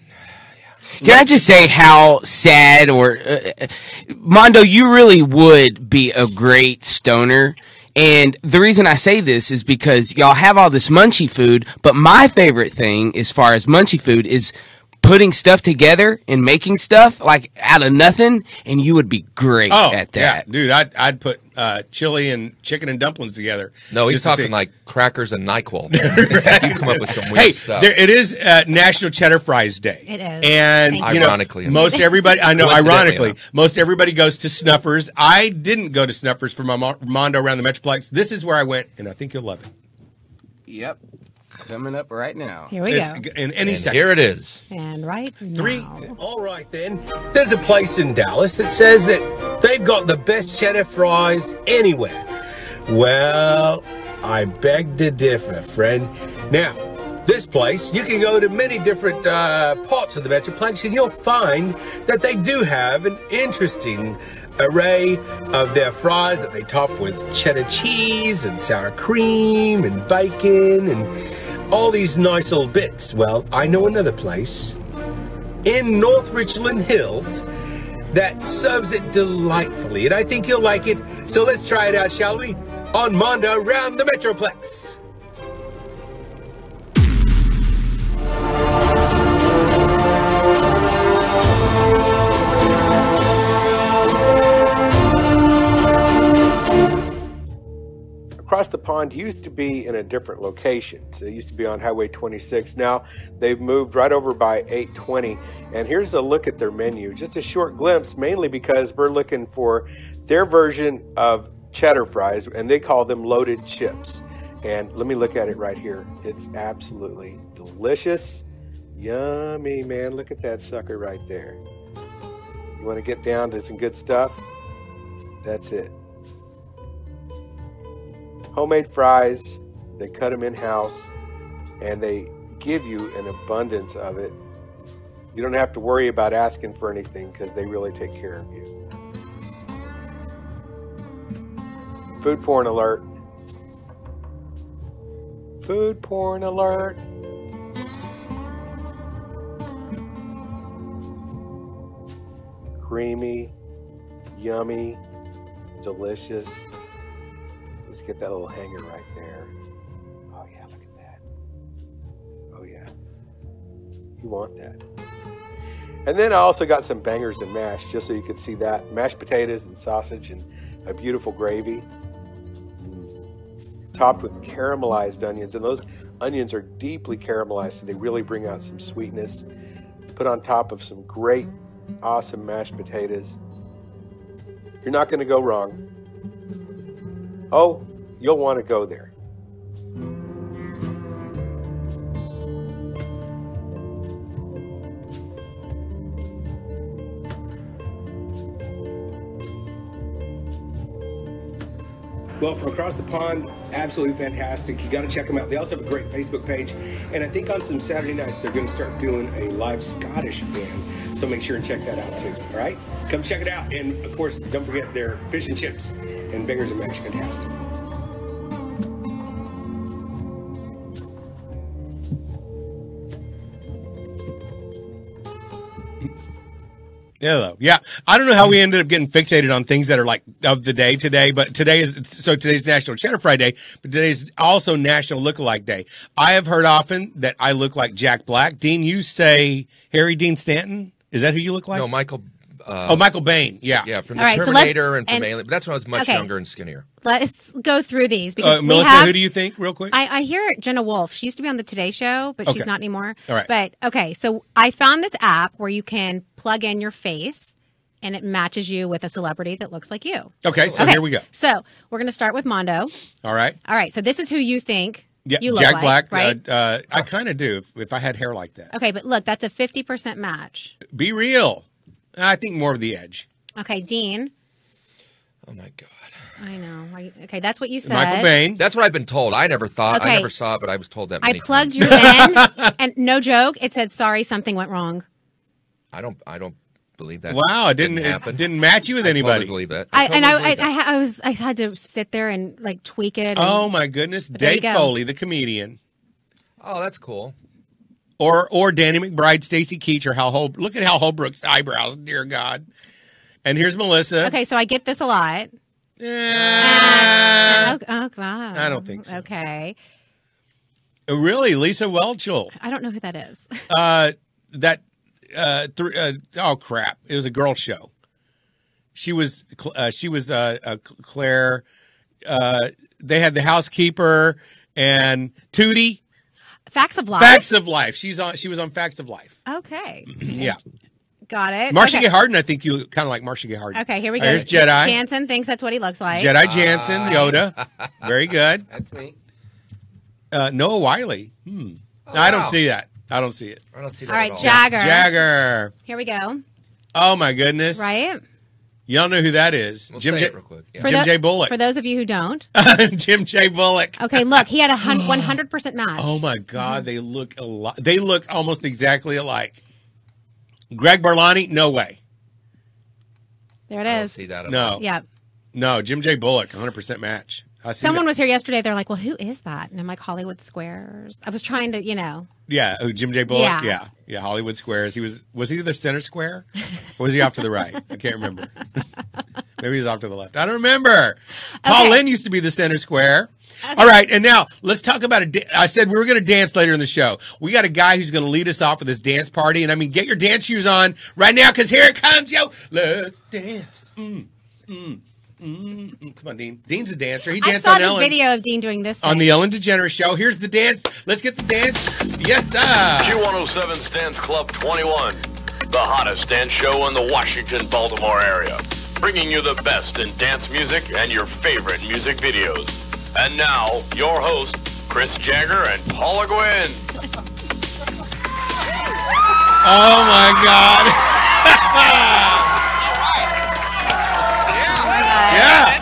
Can I just say how sad or uh, uh, Mondo, you really would be a great stoner. And the reason I say this is because y'all have all this munchy food, but my favorite thing as far as munchy food is putting stuff together and making stuff like out of nothing, and you would be great Oh, at that. yeah, dude, I'd, I'd put uh, chili and chicken and dumplings together. No, he's just to talking see. like crackers and NyQuil. you come up with some weird Hey, stuff. there, it is uh, National Cheddar Fries Day. It is. and Thank you know, Ironically. most everybody I know. Coincidentally, Ironically, huh? most everybody goes to Snuffers. I didn't go to Snuffers for my Mo- Mondo around the Metroplex. This is where I went, and I think you'll love it. Yep. Coming up right now. Here we It's go. in any And second. here it is. And right Three. now. All right then. There's a place in Dallas that says that they've got the best cheddar fries anywhere. Well, I beg to differ, friend. Now, this place, you can go to many different uh, parts of the Metroplex and you'll find that they do have an interesting array of their fries that they top with cheddar cheese and sour cream and bacon and all these nice little bits. Well, I know another place in North Richland Hills that serves it delightfully, and I think you'll like it. So let's try it out, shall we? On Mondo round the Metroplex. Across the pond used to be in a different location. So it used to be on Highway 26. Now they've moved right over by 820. And here's a look at their menu. Just a short glimpse, mainly because we're looking for their version of cheddar fries, and they call them loaded chips. And let me look at it right here. It's absolutely delicious. Yummy, man. Look at that sucker right there. You want to get down to some good stuff? That's it homemade fries. They cut them in house and they give you an abundance of it. You don't have to worry about asking for anything because they really take care of you. Food porn alert. Food porn alert. Creamy, yummy, delicious. Let's get that little hanger right there. Oh yeah, look at that. Oh yeah. You want that. And then I also got some bangers and mash, just so you could see that. Mashed potatoes and sausage and a beautiful gravy. Topped with caramelized onions. And those onions are deeply caramelized, so they really bring out some sweetness. Put on top of some great, awesome mashed potatoes. You're not gonna go wrong. Oh, you'll want to go there. Well, from across the pond, absolutely fantastic. You got to check them out. They also have a great Facebook page. And I think on some Saturday nights, they're going to start doing a live Scottish band. So make sure and check that out too. All right? Come check it out. And of course, don't forget their fish and chips and bangers and mash. Fantastic. Hello. Yeah. I don't know how we ended up getting fixated on things that are like of the day today, but today is, so today's National Cheddar Fry Day, but today's also National Lookalike Day. I have heard often that I look like Jack Black. Dean, you say Harry Dean Stanton? Is that who you look like? No, Michael. Uh, oh, Michael Bain. Yeah. yeah, from the All right, so let- Terminator and from and- Alien. But that's when I was much okay. younger and skinnier. Let's go through these because Uh, we Melissa, have, who do you think, real quick? I, I hear Jenna Wolf. She used to be on the Today Show, but Okay. she's not anymore. All right. But okay, so I found this app where you can plug in your face and it matches you with a celebrity that looks like you. okay. So okay. here we go. So we're going to start with Mondo. All right. All right. So this is who you think Yeah. you look Jack like, Black. right? Uh, uh, I kind of do if, if I had hair like that. okay, but look, that's a 50% match. Be real. I think more of the edge. Okay, Dean. Oh my god, I know. Are you- Okay, that's what you said. Michael Bain. that's what I've been told. I never thought. Okay. I never saw it, but I was told that. I Many plugged times. yours in, and no joke, it said, sorry, something went wrong. I don't. I don't believe that. Wow. It didn't, it happen. didn't match you with I totally anybody. believe that. I, and totally I, I, believe I, that. ha- I was, I had to sit there and like tweak it. and- Oh my goodness, there you Dave go. Foley, the comedian, oh, that's cool. or or Danny McBride, Stacy Keach, or Hal Holbrook. Look at Hal Holbrook's eyebrows, dear God. And here's Melissa. Okay, so I get this a lot. Eh, oh, oh, wow. I don't think so. Okay, really, Lisa Welchel. I don't know who that is. Uh, that uh, thr uh, oh crap, it was a girl show. She was Cl- uh, she was uh, uh, Cl- Claire. Uh, they had the housekeeper and Tootie. Facts of life. Facts of Life. She's on. She was on Facts of Life. Okay, Yeah. got it. Marsha okay. Gay Harden, I think you kind of like Marsha Gay Harden. Okay, here we go. There's Uh, Jedi. Ah. Ah. Jansen thinks that's what he looks like. Jedi Jansen, Yoda. Very good. That's me. Uh, Noah Wiley. Hmm. I don't Oh, wow. see that. I don't see it. I don't see that All right, at all. Jagger. Jagger. Here we go. Oh my goodness. Right? Y'all know who that is. We'll Jim say J. it real quick. Yeah. For Jim tho- J. Bullock. For those of you who don't. Jim J. Bullock. Okay, look, he had a hun- 100% match. Oh my God, they look a lot. They look almost exactly alike. Greg Barlani, no way. there it I don't is. see that at No, all. Yeah. no. Jim J. Bullock, 100 percent match. I see Someone that. was here yesterday. They're like, well, who is that? And I'm like, Hollywood Squares. I was trying to, you know. yeah. Oh, Jim J. Bullock, yeah. Yeah. yeah, Hollywood Squares. He was was he the center square, or was he off to the right? I can't remember. Maybe he's off to the left. I don't remember. Paul Lynn used to be the center square. All right, and now let's talk about a. Da- I said we were going to dance later in the show. We got a guy who's going to lead us off with this dance party, and I mean, get your dance shoes on right now because here it comes, yo. Let's dance. Mm, mm, mm, mm. Come on, Dean. Dean's a dancer. He I danced saw on this Ellen video of Dean doing this. on thing. the Ellen DeGeneres show. Here's the dance. Let's get the dance. Yes, sir. Q107's Dance oh Club 21, the hottest dance show in the Washington, Baltimore area, bringing you the best in dance music and your favorite music videos. And now, your hosts, Chris Jagger and Paula Gwynn. Oh my God. Yeah.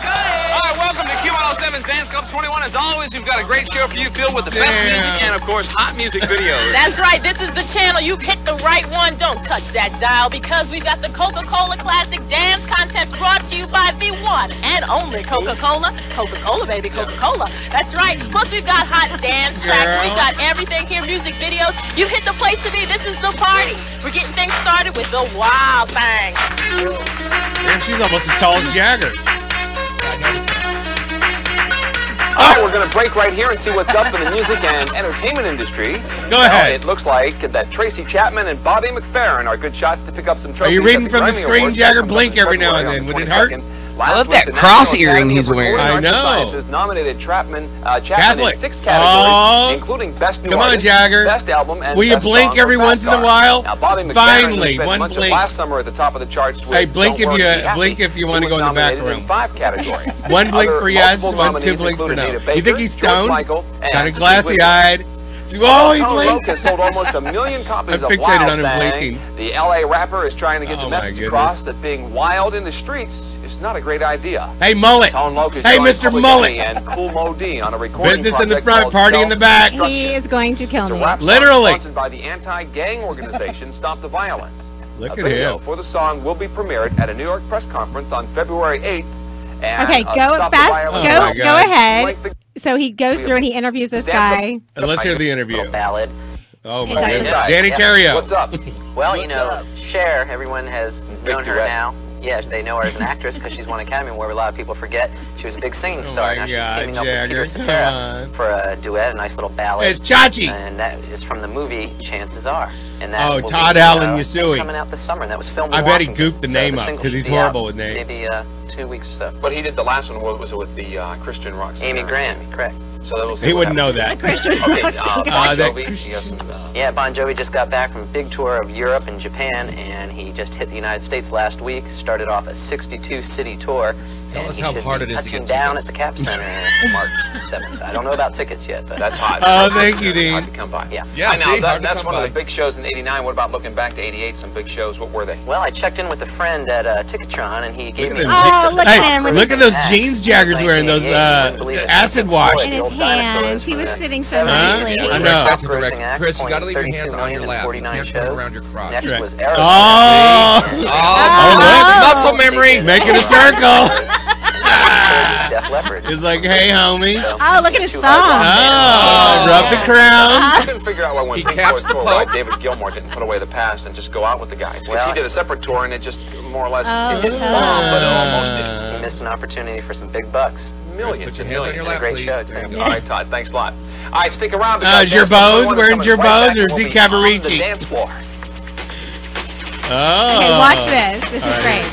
All right, welcome to Q107's Dance Club 21. As always, we've got a great show for you filled with the best Damn. music and, of course, hot music videos. That's right. This is the channel. You've hit the right one. Don't touch that dial because we've got the Coca-Cola Classic Dance Contest brought to you by the one and only Coca-Cola. Coca-Cola, baby, Coca-Cola. That's right. Plus, we've got hot dance tracks. We've got everything here, music videos. You've hit the place to be. This is the party. We're getting things started with the wild thing. Damn, she's almost as tall as Jagger. Oh. All right, we're going to break right here and see what's up in the music and entertainment industry. Go Well, ahead. It looks like that Tracy Chapman and Bobby McFerrin are good shots to pick up some trophies. you at reading from the Grammy screen, Awards. Jagger? That comes up Blink in every now and February on then. the Would it hurt? 22nd. I Last love week, that the National cross earring Academy of he's wearing. Recording I Arts and know. Sciences nominated Chapman, uh, Chapman Catholic. in six categories, Oh. including Best New Come on, Artist, Jagger. Best Album, and Will you Best blink Song or every Fast once in a Star. while? Now, Bobby McFerrin, who Finally, spent one much of blink. last summer at the top of the charts with Hey, blink Don't if Worry, you- Be Happy, blink if you who wanna was go in the nominated bathroom. in five categories. One blink Other for yes, multiple one two nominees blinks for included no. Anita You Baker, think he's George stoned? Michael, and Kind of Whitney glassy Houston. eyed. Oh, he Tone Loc blinked. has sold almost a million copies I'm of fixated Wild on him Thing. blinking. The LA rapper is trying to get Oh, the my message goodness. across that being wild in the streets is not a great idea. Hey, Mullet. Tone Loc is Hey, joined Mr. Public Mullet. Enemy and Cool Mo D on a recording Business in the project front, called party in the back. He is going to kill It's a me. rap song Literally. sponsored by the anti-gang organization Stop the Violence. Look a at video him. for the song will be premiered at a New York press conference on February 8th. And Okay, uh, go Stop the fast. Violence Oh, my Go, Project go God. ahead. Like the- So he goes through and he interviews this guy. And let's hear the interview. Little ballad. Oh, my He's goodness. actually- Danny Yeah. Terrio. What's up? Well, you know, Cher, everyone has known her duet. now. Yeah, they know her as an actress because she's won Academy Award. A lot of people forget she was a big singing star. Oh now my God, she's teaming Jagger, up with come Peter on. Cetera for a duet, a nice little ballad. It's Chachi. and that is from the movie Chances Are. And that Oh, will be, Todd uh, Allen Yusui. coming out this summer. That was filmed. I in bet he Washington. goofed the So name up, single 'cause should he's be out horrible with names. Maybe uh, two weeks or so. But he did the last one. What was it with the uh, Christian rock singer? Amy Graham, correct? So that was He wouldn't know that. Christian Okay, Rock uh, singer. Uh, that- Bon Jovi, he has some, uh, Yeah, Bon Jovi just got back from a big tour of Europe and Japan, and he just hit the United States last week. Started off a 62-city tour. Tell and us he how should hard be it is to get touching down tickets. at the Cap Center March 7th. I don't know about tickets yet, but That's hot. Oh, thank you, Very Hard Dean. to come by. Yeah. Uh, Yeah, I know. see, that, hard to that's come one by. of the big shows in '89. What about looking back to '88? Some big shows. What were they? well, I checked in with a friend at uh, Ticketron, and he gave at me. them Oh, look at Hey, him with look his at those hat. jeans Jagger's wearing, those uh, acid wash. in his hands. He was sitting so Huh? nicely. I know. That's correct. Chris, you gotta leave your hands on your lap. You can't put them shows. around your crotch. Next Right. was Aerosmith. Oh, Oh, look. muscle memory. making a circle. Def Leppard. He's like, hey, homie. Oh, look at his Too hard to thumb. Oh, rub the crown. I couldn't Uh-huh. figure out why when He Pink caps Floyd the toured, why Pope. David Gilmour didn't put away the past and just go out with the guys. 'Cause Well, he did a separate tour and it just more or less Oh, it didn't okay. bomb, but it almost He missed an opportunity for some big bucks. did. Millions Put your and hands on millions. your of lap, Great please. show, There you thank go. All right, Todd. Thanks a lot. All right, stick around. Uh, because is your Dance Club Bose? 21 is Wearing coming your right back Bose or is on he the dance Cavaricci? floor. Oh. Okay, watch this. This is great.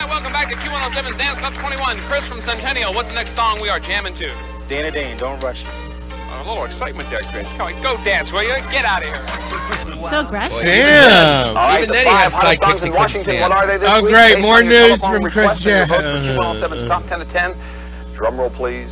Hi, welcome back to Q107's Dance Club 21. Chris from Centennial, what's the next song we are jamming to? Dana Dane, don't rush me. A little excitement there, Chris. Come on, go dance, will you? Get out of here. So aggressive. Damn. All right, Even the then he had five hottest sidekicks songs he in couldn't Washington. stand. What are they this Oh, week? great. Based More on your news telephone from requests Chris and your votes for Jan- 207's top 10 to 10. Drum roll, please.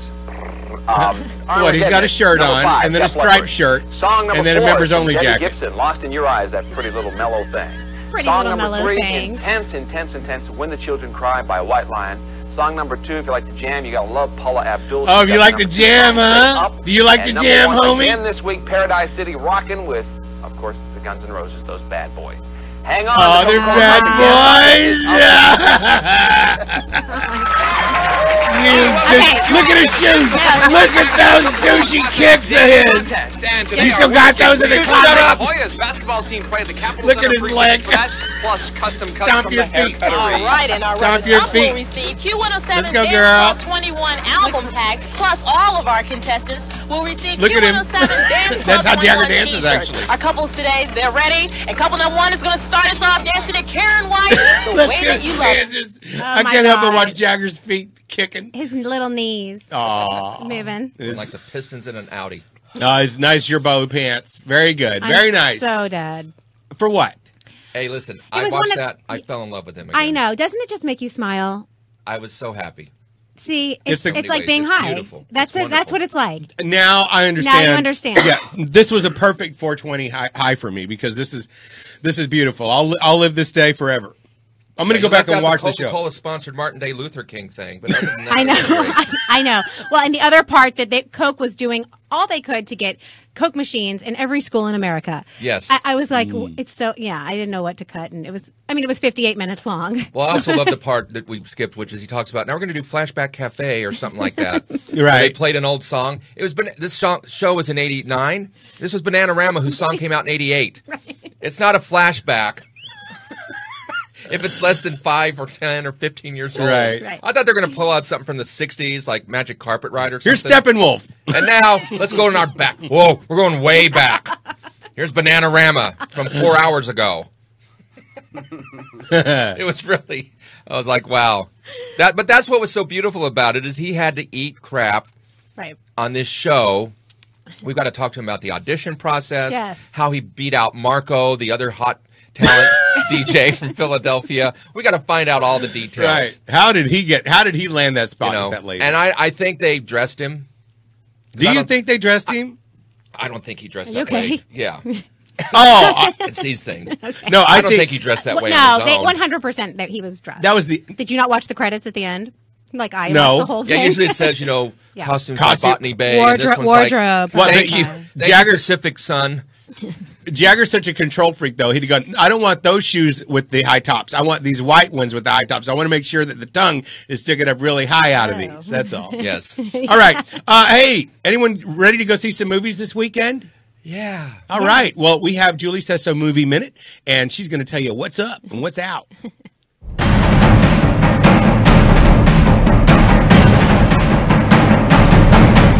Um, What, he's got a shirt Number on, five, and then a Def Leppard. striped shirt, Song number and then a four members is only Debbie jacket. Gibson, Lost in Your Eyes, that pretty little mellow thing. Pretty Song Little number Mellow three, Thing. Intense, Intense, Intense, When the Children Cry by White Lion. Song number two, if you like to jam, you gotta love Paula Abdul. Oh, She's you got like to number two jam, song, huh? Up. Do you like And to number jam, one, homie? Again this week, Paradise City, rocking with, of course, the Guns N' Roses, those bad boys. Hang on. Oh, the they're Coca-Cola bad Company. You just- look at his shoes. Look at those douchey kicks of his. You still got those in the closet. Hoyas basketball team played the Capitals. Look at under his free leg. for that, plus custom cuts Stomp from your the feet. haircuttery. All right, and our Stomp rubbers your up feet. will receive Q107 Let's go, Dance girl. Club 21 album packs, plus all of our contestants will receive Look at him. Q107 Dance Club That's how Jagger 21 dances, t-shirts. actually. Our couples today, they're ready, and couple number one is going to start us off dancing to Karen White, the Look way at that you his love it. dances. Oh, I my can't help but God. watch Jagger's feet kicking. His little knees Aw. moving. like the Pistons in an Audi. Nice, Uh, nice your bow pants. Very good. I'm Very nice. Oh So dead. For what? Hey, listen, It I was watched one of- that. I fell in love with him. Again. I know. Doesn't it just make you smile? I was so happy. See, It's it's, the- it's like being It's high. beautiful. That's it. That's what it's like. Now I understand. understand. Yeah, this was a perfect 420 high, high for me because this is this is beautiful. I'll li- I'll live this day forever. I'm going to go back and watch the show. Coca-Cola sponsored Martin Day Luther King thing, but other than that, I know. I, I know. Well, and the other part that they, Coke was doing all they could to get Coke machines in every school in America. Yes. Mm. I, I was like, Mm. it's so, yeah, I didn't know what to cut. And it was, I mean, it was 58 minutes long. Well, I also love the part that we skipped, which is he talks about now we're going to do Flashback Cafe or something like that. Right. They played an old song. It was bana- this song, show was in '89. This was Bananarama, whose song came out in '88. It's not a flashback. if it's less than five or ten or fifteen years old, Right. Right. I thought they were going to pull out something from the '60s, like Magic Carpet Ride or something. Here's Steppenwolf. And now let's go on our back. Whoa, we're going way back. Here's Bananarama from four hours ago. it was really. I was like, wow. That, but that's what was so beautiful about it is he had to eat crap right. on this show. We've got to talk to him about the audition process. Yes. How he beat out Marco, the other hot talent DJ from Philadelphia. We got to find out all the details. Right. How did he get? How did he land that spot with that lady? And I, I think they dressed him Do you think they dressed him? I don't think he dressed Are you that way. okay? Yeah. Oh, I- it's these things. Okay. No, I don't think- think, he dressed that way. on no, they, his own. 100% that he was dressed. That was the Did you not watch the credits at the end? Like I No. watched the whole thing. Yeah, usually it says you know Yeah. costumes Costume- by Botany Bay. and this Wardrobe- one's like, wardrobe Well, by thank Botany you, Bay. Jagger Pacific Sun. Jagger's such a control freak, though. He'd have gone, I don't want those shoes with the high tops. I want these white ones with the high tops. I want to make sure that the tongue is sticking up really high out of Oh. these. That's all. Yes. All right. Uh, hey, anyone ready to go see some movies this weekend? Yeah. All right. Well, we have Julie Says So Movie Minute, and she's going to tell you what's up and what's out.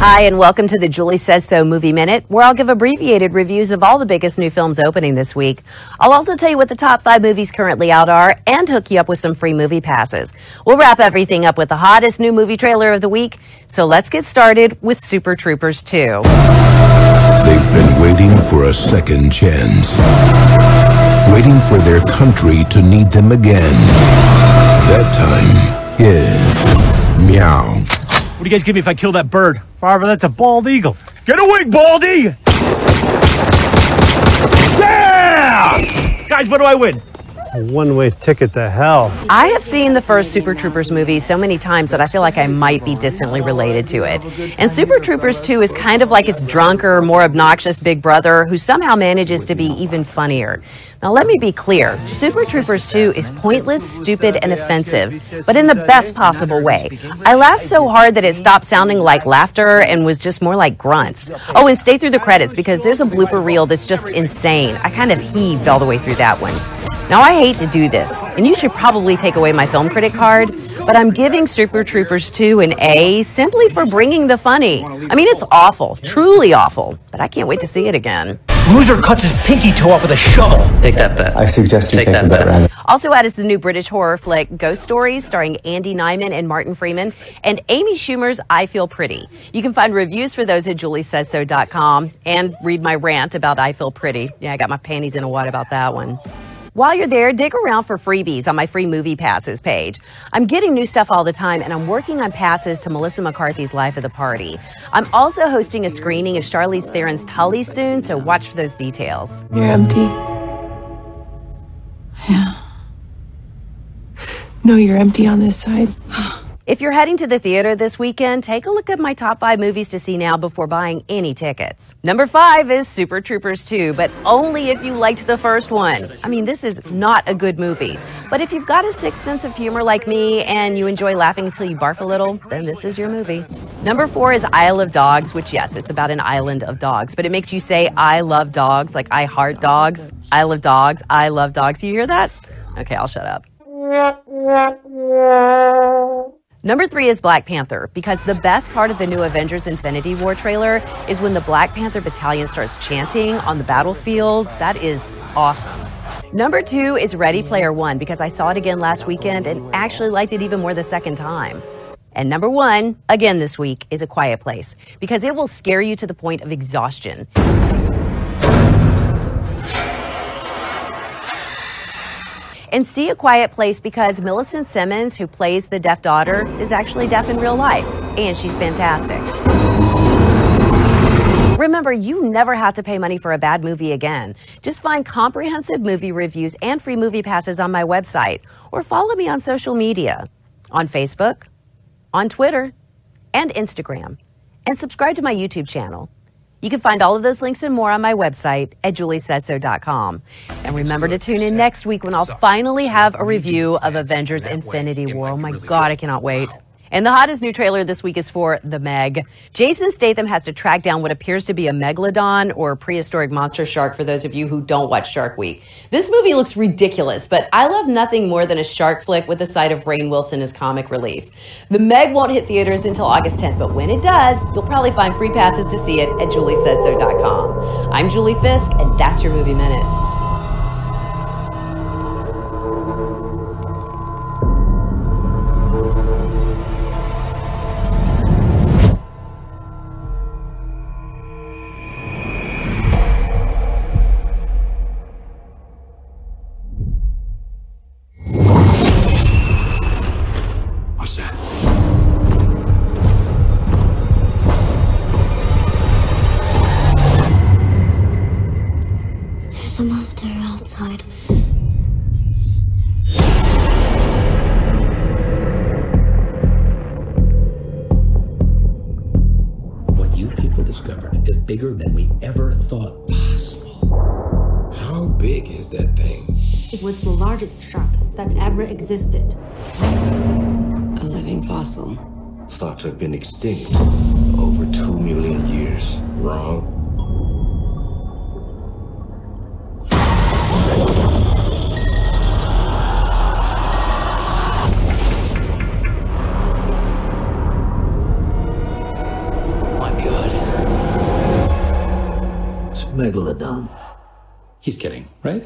Hi, and welcome to the Julie Says So Movie Minute, where I'll give abbreviated reviews of all the biggest new films opening this week. I'll also tell you what the top five movies currently out are and hook you up with some free movie passes. We'll wrap everything up with the hottest new movie trailer of the week. So let's get started with Super Troopers 2. They've been waiting for a second chance. Waiting for their country to need them again. That time is meow. What do you guys give me if I kill that bird? Farva, that's a bald eagle. Get away, Baldy! Yeah! Guys, what do I win? A one way ticket to hell. I have seen the first Super Troopers movie so many times that I feel like I might be distantly related to it. And Super Troopers 2 is kind of like its drunker, more obnoxious big brother who somehow manages to be even funnier. Now, let me be clear Super Troopers 2 is pointless, stupid, and offensive, but in the best possible way. I laughed so hard that it stopped sounding like laughter and was just more like grunts. Oh, and stay through the credits because there's a blooper reel that's just insane. I kind of heaved all the way through that one. Now, I hate to do this, and you should probably take away my film critic card, but I'm giving Super Troopers 2 an A simply for bringing the funny. I mean, it's awful, truly awful, but I can't wait to see it again. Loser cuts his pinky toe off with a shovel. Take that bet. I suggest you take, that, bet, Randy. Also out is the new British horror flick Ghost Stories, starring Andy Nyman and Martin Freeman, and Amy Schumer's I Feel Pretty. You can find reviews for those at juliesaysso.com and read my rant about I Feel Pretty. Yeah, I got my panties in a wad about that one. While you're there, dig around for freebies on my free movie passes page. I'm getting new stuff all the time, and I'm working on passes to Melissa McCarthy's Life of the Party. I'm also hosting a screening of Charlize Theron's Tully soon, so watch for those details. You're empty. Yeah. No, you're empty on this side. If you're heading to the theater this weekend, take a look at my top five movies to see now before buying any tickets. Number five is Super Troopers 2, but only if you liked the first one. I mean, this is not a good movie. But if you've got a sixth sense of humor like me and you enjoy laughing until you bark a little, then this is your movie. Number four is Isle of Dogs, which, yes, it's about an island of dogs, but it makes you say, I love dogs, like I heart dogs. I love dogs. I love dogs. You hear that? Okay, I'll shut up. Number three is Black Panther, because the best part of the new Avengers Infinity War trailer is when the Black Panther battalion starts chanting on the battlefield. That is awesome. Number two is Ready Player One, because I saw it again last weekend and actually liked it even more the second time. And number one, again this week, is A Quiet Place, because it will scare you to the point of exhaustion. and see a quiet place because Millicent Simmons, who plays the deaf daughter, is actually deaf in real life, and she's fantastic. Remember, you never have to pay money for a bad movie again. Just find comprehensive movie reviews and free movie passes on my website, or follow me on social media on Facebook, on Twitter, and Instagram, and subscribe to my YouTube channel. You can find all of those links and more on my website at juliesaysso.com. And remember to tune in next week when I'll finally have a review of Avengers Infinity War. Oh my God, I cannot wait. And the hottest new trailer this week is for The Meg. Jason Statham has to track down what appears to be a megalodon or prehistoric monster shark for those of you who don't watch Shark Week. This movie looks ridiculous, but I love nothing more than a shark flick with the sight of Rain Wilson as comic relief. The Meg won't hit theaters until August 10th, but when it does, you'll probably find free passes to see it at juliesaysso.com. I'm Julie Fisk, and that's your Movie Minute. What's that? There's a monster outside. What you people discovered is bigger than we ever thought possible. How big is that thing? It was the largest shark that ever existed. A living fossil. Thought to have been extinct for over two million years. Wrong. My God. It's a megalodon. He's kidding, right?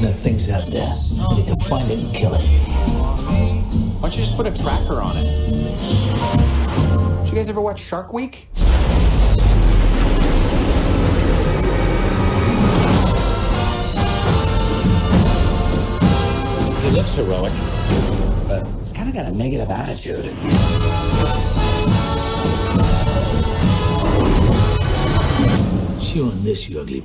That thing's out there. We need to find it and kill it. Why don't you just put a tracker on it? Did you guys ever watch Shark Week? He looks heroic, but he's kind of got a negative attitude. Chew on this, you ugly.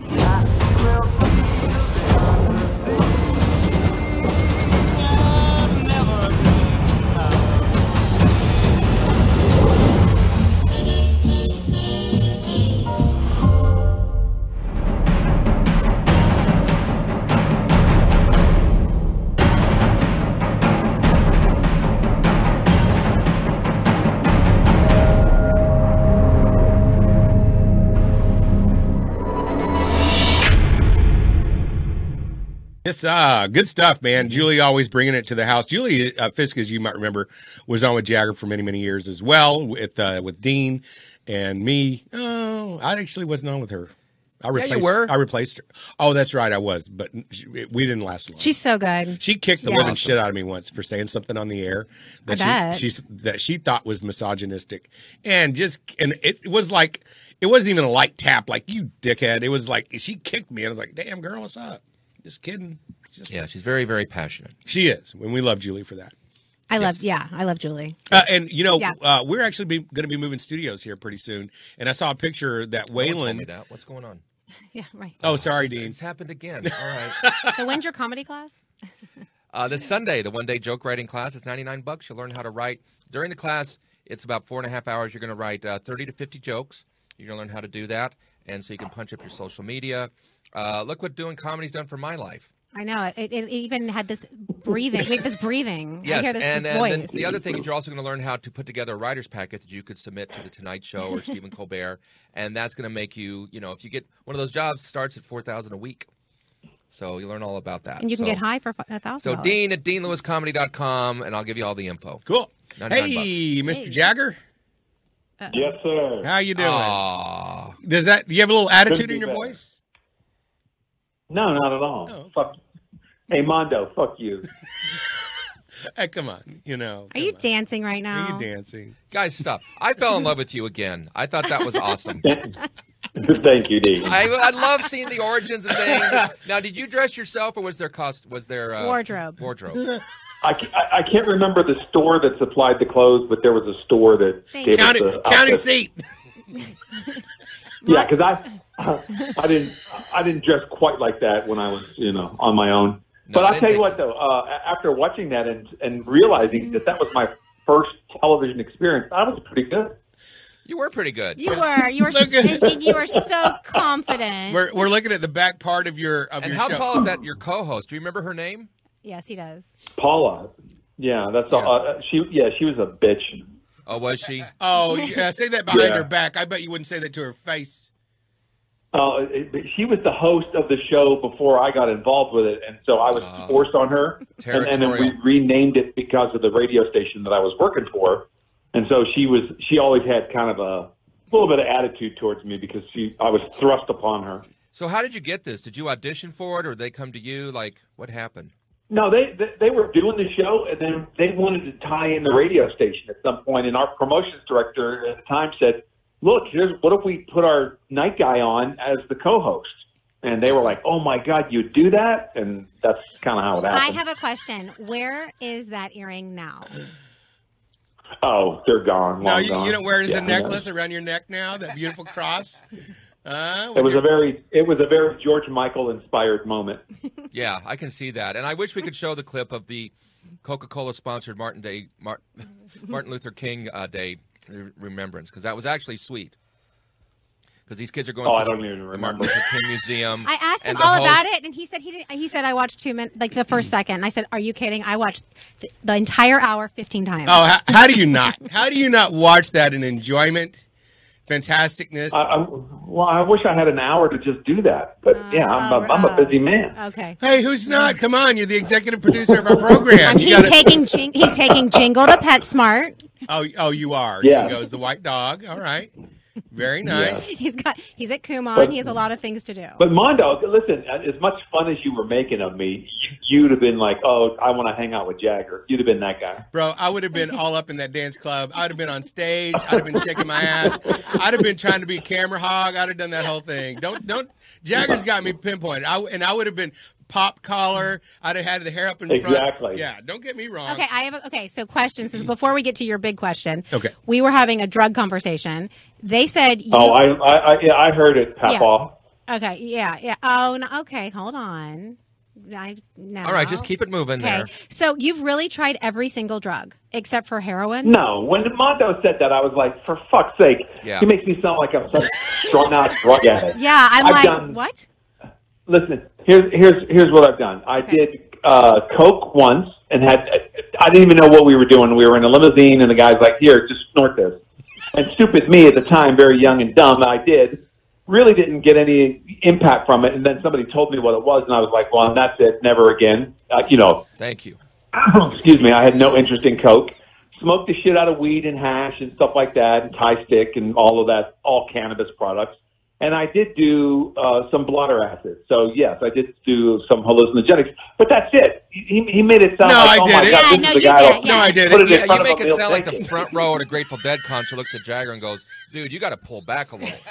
Yes, ah, good stuff, Mm-hmm. man. Julie always bringing it to the house. Julie uh, Fisk, as you might remember, was on with Jagger for many, many years as well, with uh, with Dean and me. Oh, I actually wasn't on with her. I Yeah, you replaced. were. I replaced her. Oh, that's right, I was, but she, we didn't last long. She's so good. She kicked the Yeah. living shit out of me once for saying something on the air that I bet. she, she that she thought was misogynistic, and just and it was like it wasn't even a light tap, like you dickhead. It was like she kicked me, and I was like, damn girl, what's up? Just kidding. Yeah, she's very, very passionate. She is, and we love Julie for that. I love. Yeah, I love Julie. Uh, and you know, Yeah. uh, we're actually be, going to be moving studios here pretty soon. And I saw a picture that one told Waylon. me that. What's going on? Yeah, right. Oh, sorry, Dean. It's happened again. All right. So when's your comedy class? Uh, this Sunday, the one day joke writing class is 99 bucks. You'll learn how to write. During the class, it's about four and a half hours. You're going to write uh, 30 to 50 jokes. You're going to learn how to do that. And so you can punch up your social media. Uh, look what doing comedy's done for my life. I know it, it, it even had this breathing. Wait, this breathing. I Yes, hear this and, and voice. then the other thing is you're also going to learn how to put together a writer's packet that you could submit to the Tonight Show or Stephen Colbert, and that's going to make you, you know, if you get one of those jobs, starts at four thousand a week, so you learn all about that. And you can So- get high for fi- a thousand. So dollars. Dean at DeanLewisComedy.com, and I'll give you all the info. Cool. Hey, Mr. Jagger. Yes, sir. How you doing? Ah. Uh, Does that? Do you have a little attitude Couldn't be in your better. voice? No, not at all. Oh, Fuck. Hey, Mondo, fuck you. Hey, come on. You know, Are you dancing right now? dancing? Guys, stop! I fell in love with you again. I thought that was awesome. Thank you, Dean. I, I love seeing the origins of things. Now, did you dress yourself, or was there cost? Was there uh, Wardrobe. Wardrobe. I, ca- I, I can't remember the store that supplied the clothes, but there was a store that Thank gave you. us County- the county outfit. seat. Yeah, because I, I didn't, I didn't dress quite like that when I was, you know, on my own. but I'll tell you what, though, uh, a- after watching that and and realizing that that was my first television experience, I was pretty good. You were pretty good. You were. You were. Look at- and, and you were so confident. We're, we're looking at the back part of your of And your how show. tall is that? Your co-host. Do you remember her name? yes, he does. Paula, yeah, that's all. Uh, she, yeah, she was a bitch. Oh, was she? Oh, yeah. Say that behind Yeah. her back. I bet you wouldn't say that to her face. Uh, it- but she was the host of the show before I got involved with it, and so I was forced on her. And, and then we Territorial. renamed it because of the radio station that I was working for, and so she was she always had kind of a little bit of attitude towards me because she I was thrust upon her. So how did you get this? Did you audition for it, or did they come to you? Like, what happened? No, they, they they were doing the show, and then they wanted to tie in the radio station at some point. And our promotions director at the time said, "Look, here's what if we put our night guy on as the co-host?" And they were like, "Oh my God, you do that!" And that's kind of how it I happened. have a question. Where is that earring now? Mm. oh, they're gone. No, long you, gone. you don't wear it as Yeah, I a know. necklace around your neck now. That beautiful cross. Uh, It was a very it was a very George Michael inspired moment. Yeah, I can see that, and I wish we could show the clip of the Coca-Cola sponsored Martin Day Mar- Martin Luther King uh, Day re- remembrance because that was actually sweet. Because these kids are going. Oh, to I don't even the Martin remember. Luther King Museum. I asked him and the all host- about it, and he said he didn't. He said I watched two minutes, like the first second. And I said, "Are you kidding? I watched th- the entire hour fifteen times." Oh, how, how do you not? How do you not watch that in enjoyment, fantasticness? I, I, well, I wish I had an hour to just do that, but Oh, yeah, I'm, a am a busy man. okay. Hey, who's not? Come on, you're the executive producer of our program. You he's gotta- taking jing- he's taking Jingle to PetSmart. Oh, oh, you are. Yeah. She goes the white dog. All right. Very nice. He's got he's at Kumon. But- he has a lot of things to do. But Mondo, listen, as much fun as you were making of me, you'd have been like, "Oh, I want to hang out with Jagger." You'd have been that guy. Bro, I would have been all up in that dance club. I'd have been on stage. I'd have been shaking my ass. I'd have been trying to be camera hog. I'd have done that whole thing. Don't don't. Jagger's got me pinpointed. I, and I would have been pop collar. I'd have had the hair up in front. Exactly. Yeah. Don't get me wrong. Okay, I have a, okay. So questions. Since before we get to your big question, Okay. we were having a drug conversation. They said, you, Oh, I, I, I, yeah, I heard it, Papaw. okay, yeah, yeah. Oh, no, okay. Hold on. I, no. All right, just keep it moving there. So you've really tried every single drug except for heroin. No, when Mondo said that, I was like, "For fuck's sake!" Yeah. He makes me sound like I'm some strung-out drug addict. Yeah, I'm I've like, done- what? Listen, here's here's here's what I've done. I did uh, coke once and had I didn't even know what we were doing. We were in a limousine, and the guy's like, "Here, just snort this." And stupid me at the time, very young and dumb, I did. Really didn't get any impact from it. And then somebody told me what it was, and I was like, "Well, that's it. Never again." Uh, you know, Thank you. excuse me, I had no interest in coke. Smoked the shit out of weed and hash and stuff like that, and tie stick and all of that, all cannabis products. And I did do uh, some blotter acid. So, yes, I did do some hallucinogenics. But that's it. He, he made it sound No, I like, oh did it. my God, Yeah, this no, is you the guy did. who Yeah. put it in But yeah, front you make of a it meal sound like ticket. the front row at a Grateful Dead concert looks at Jagger and goes, "Dude, you got to pull back a little."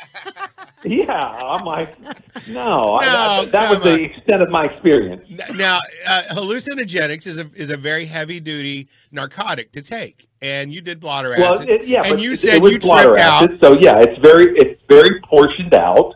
Yeah, I'm like, no, No, I, I, that was come the extent of my experience. Now, uh, hallucinogenics is a is a very heavy duty narcotic to take, and you did blotter Well, acid. it, yeah, and but you it- said it was you blotter tripped out. acid, so yeah, it's very it's very portioned out.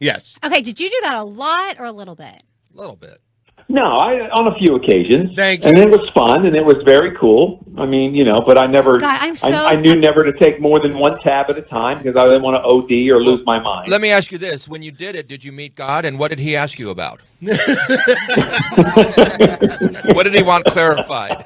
Yes, Okay, did you do that a lot or a little bit? A little bit. no, I on a few occasions, Thank and it was fun and it was very cool. I mean, you know, but I never, God, I'm so- I, I knew never to take more than one tab at a time because I didn't want to OD or lose my mind. Let me ask you this: When you did it, did you meet God, and what did He ask you about? what did He want clarified?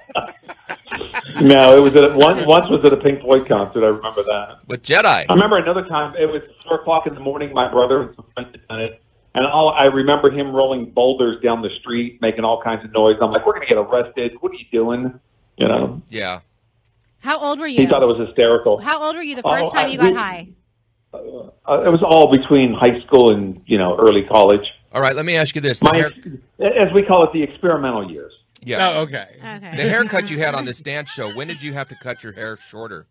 no, it was at once. Once was at a Pink Floyd concert. I remember that. With Jedi, I remember another time. It was four o'clock in the morning. My brother and some friends had done it, and all I remember him rolling boulders down the street, making all kinds of noise. I'm like, "We're going to get arrested. What are you doing?" You know. Yeah. How old were you? He thought it was hysterical. How old were you the Oh, first time I- you got we- high? Uh, it was all between high school and you know early college. All right, let me ask you this: My, as we call it, the experimental years. Yeah. Oh, okay. Okay. The haircut you had on this dance show. When did you have to cut your hair shorter?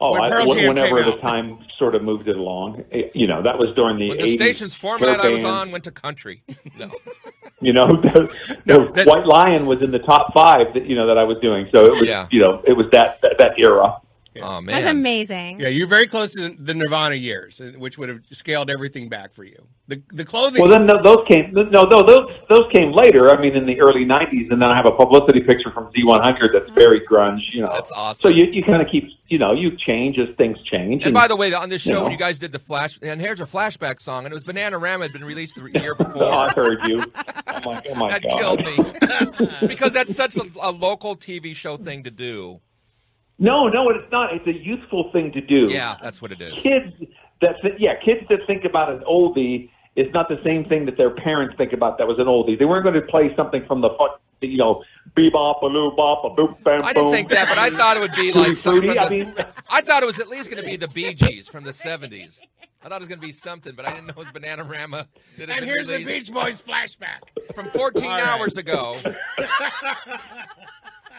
Oh, When I, Pearl wh- Jam whenever came the out. time sort of moved it along, It- you know, that was during the, With 80s the station's format I hair was band. on went to country. No. You know, the, the White Lion was in the top five that you know that I was doing. So it was, Yeah. you know, it was that that, that era. Oh That's amazing. Yeah, you're very close to the Nirvana years, uh, which would have scaled everything back for you. The the clothing. Well, then no, those came. No, no, those those came later. I mean, in the early '90s, and then I have a publicity picture from Z100 that's very grunge. You know, that's awesome. So you you kind of keep, you know, you change as things change. And by the way, on this show, you know. when you guys did the flash, and here's a flashback song, and it was Banana Ram had been released the year Oh, before. I heard you. Oh my, oh my that God. killed me because that's such a, a local TV show thing to do. No, no, it's not. It's a youthful thing to do. Yeah, that's what it is. Kids that th- yeah, kids that think about an oldie is not the same thing that their parents think about that was an oldie. They weren't going to play something from the fuck, you know, bebop, a loo bop, a boop, bam, I didn't boom. think that, but I thought it would be Tutti like something. Frutti, From I the, mean- I thought it was at least going to be the Bee Gees from the '70s. I thought it was going to be something, but I didn't know it was Banana Rama. That had and been here's the Beach released Boys flashback. from 14 All right. hours ago.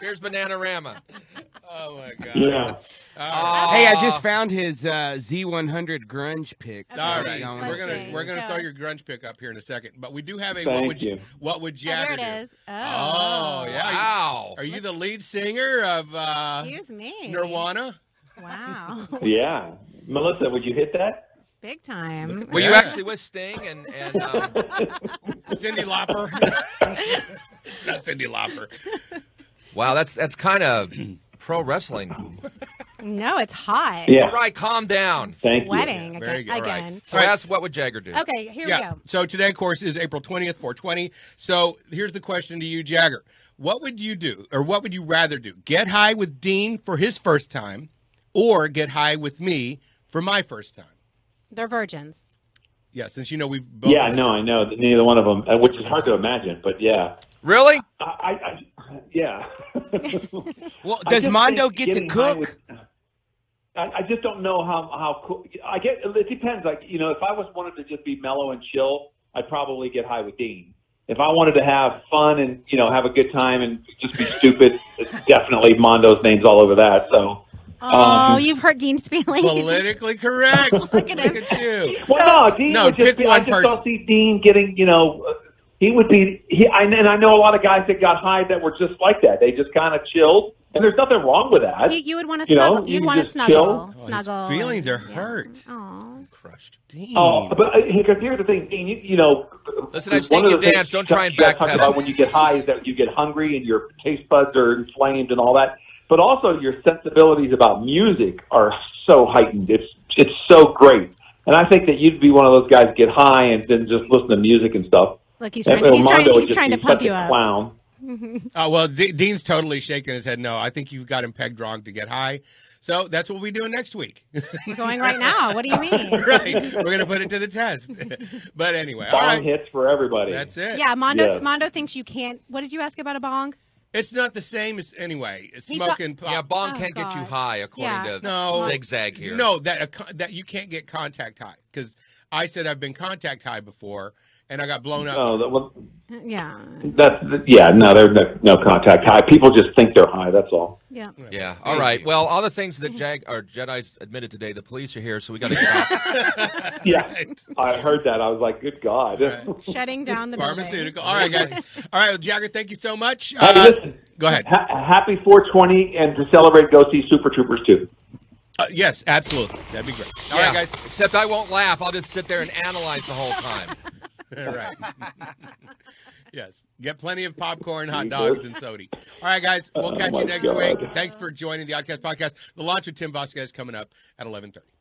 Here's Banana Rama. Oh my god. Yeah. Uh, hey, I just found his uh, Z100 grunge pick. All Where are right, you going we're with gonna this? we're gonna throw your grunge pick up here in a second, but we do have a what Thank would you. what would Oh, there Jagger it do? is. Oh, Oh yeah! Wow. Are you the lead singer of uh, Excuse me. Nirvana? Wow. Yeah, Melissa, would you hit that? Big time. Were you actually with Sting and and um, Cindy Lauper? it's not Cindy Lauper. Wow, that's that's kind of pro wrestling. No, it's hot. All right, calm down. Thank you. Sweating Very again- good. All right. again. So ask what would Jagger do? Okay, here Yeah. we go. So today, of course, is April 20th, 420. So here's the question to you, Jagger. What would you do, or what would you rather do? Get high with Dean for his first time, or get high with me for my first time? They're virgins. Yeah, since you know we've both. Yeah, no, I know that neither one of them, uh, which is hard to imagine, but yeah, Really? I, I yeah. well, I does just Mondo think get to getting high cook? with- I, I just don't know how how cool. I get it depends. Like you know, if I was wanted to just be mellow and chill, I'd probably get high with Dean. If I wanted to have fun and you know have a good time and just be stupid, it's definitely Mondo's name's all over that. So. Oh, Um, you've hurt Dean's feelings. Politically correct. Look at you. Well, no, Dean No, would pick just be. I one just person. don't see Dean getting. You know, uh, he would be. He I, and I know a lot of guys that got high that were just like that. They just kind of chilled, and there's nothing wrong with that. You, you would want to You know, snuggle. you You'd can want to just snuggle. snuggle. Oh, Feelings are hurt. Crushed. Oh, but uh, because here's the thing, Dean. You, you know, Listen, I've seen you dance. Don't try and back backpedal. about when you get high is that you get hungry and your taste buds are inflamed and all that. But also your sensibilities about music are so heightened. It's it's so great. And I think that you'd be one of those guys get high and then just listen to music and stuff. Look, he's And trying- he's Armando trying- would he's just trying be to pump such you a up. Clown. Oh well, D- Dean's totally shaking his head. No, I think you've got him pegged wrong to get high. So that's what we do next week. We're going right now. What do you mean? right, we're going to put it to the test. but anyway, all Bomb right. hits for everybody. That's it. Yeah, Mondo Yeah. Mondo thinks you can't. What did you ask about a bong? It's not the same as anyway. It's He smoking pro- pot. Yeah, bong Oh, can't get you God. high, according Yeah. to Zigzag here. No, that a con- that you can't get contact high because I said I've been contact high before and I got blown up. Oh, that, well, Yeah. that's yeah. No, there's no, no contact high. People just think they're high. That's all. Yeah. Yeah. All right. Well, all the things that Jag or Jedi's admitted today, the police are here, so we got to get off. Yeah, I heard that. I was like, good God. Shutting down the building. Pharmaceutical. All right, guys. All right, well, Jagger. Thank you so much. Hey, Uh, listen, go ahead. ha- happy 420, and to celebrate, go see Super Troopers too. uh, yes, absolutely. That'd be great. All right, guys. Except I won't laugh. I'll just sit there and analyze the whole time. All right. yes. Get plenty of popcorn, hot dogs, and soda. All right, guys. We'll Oh, catch you my next God. week. Thanks for joining the Oddcast podcast. The launch with Tim Vasquez coming up at eleven thirty.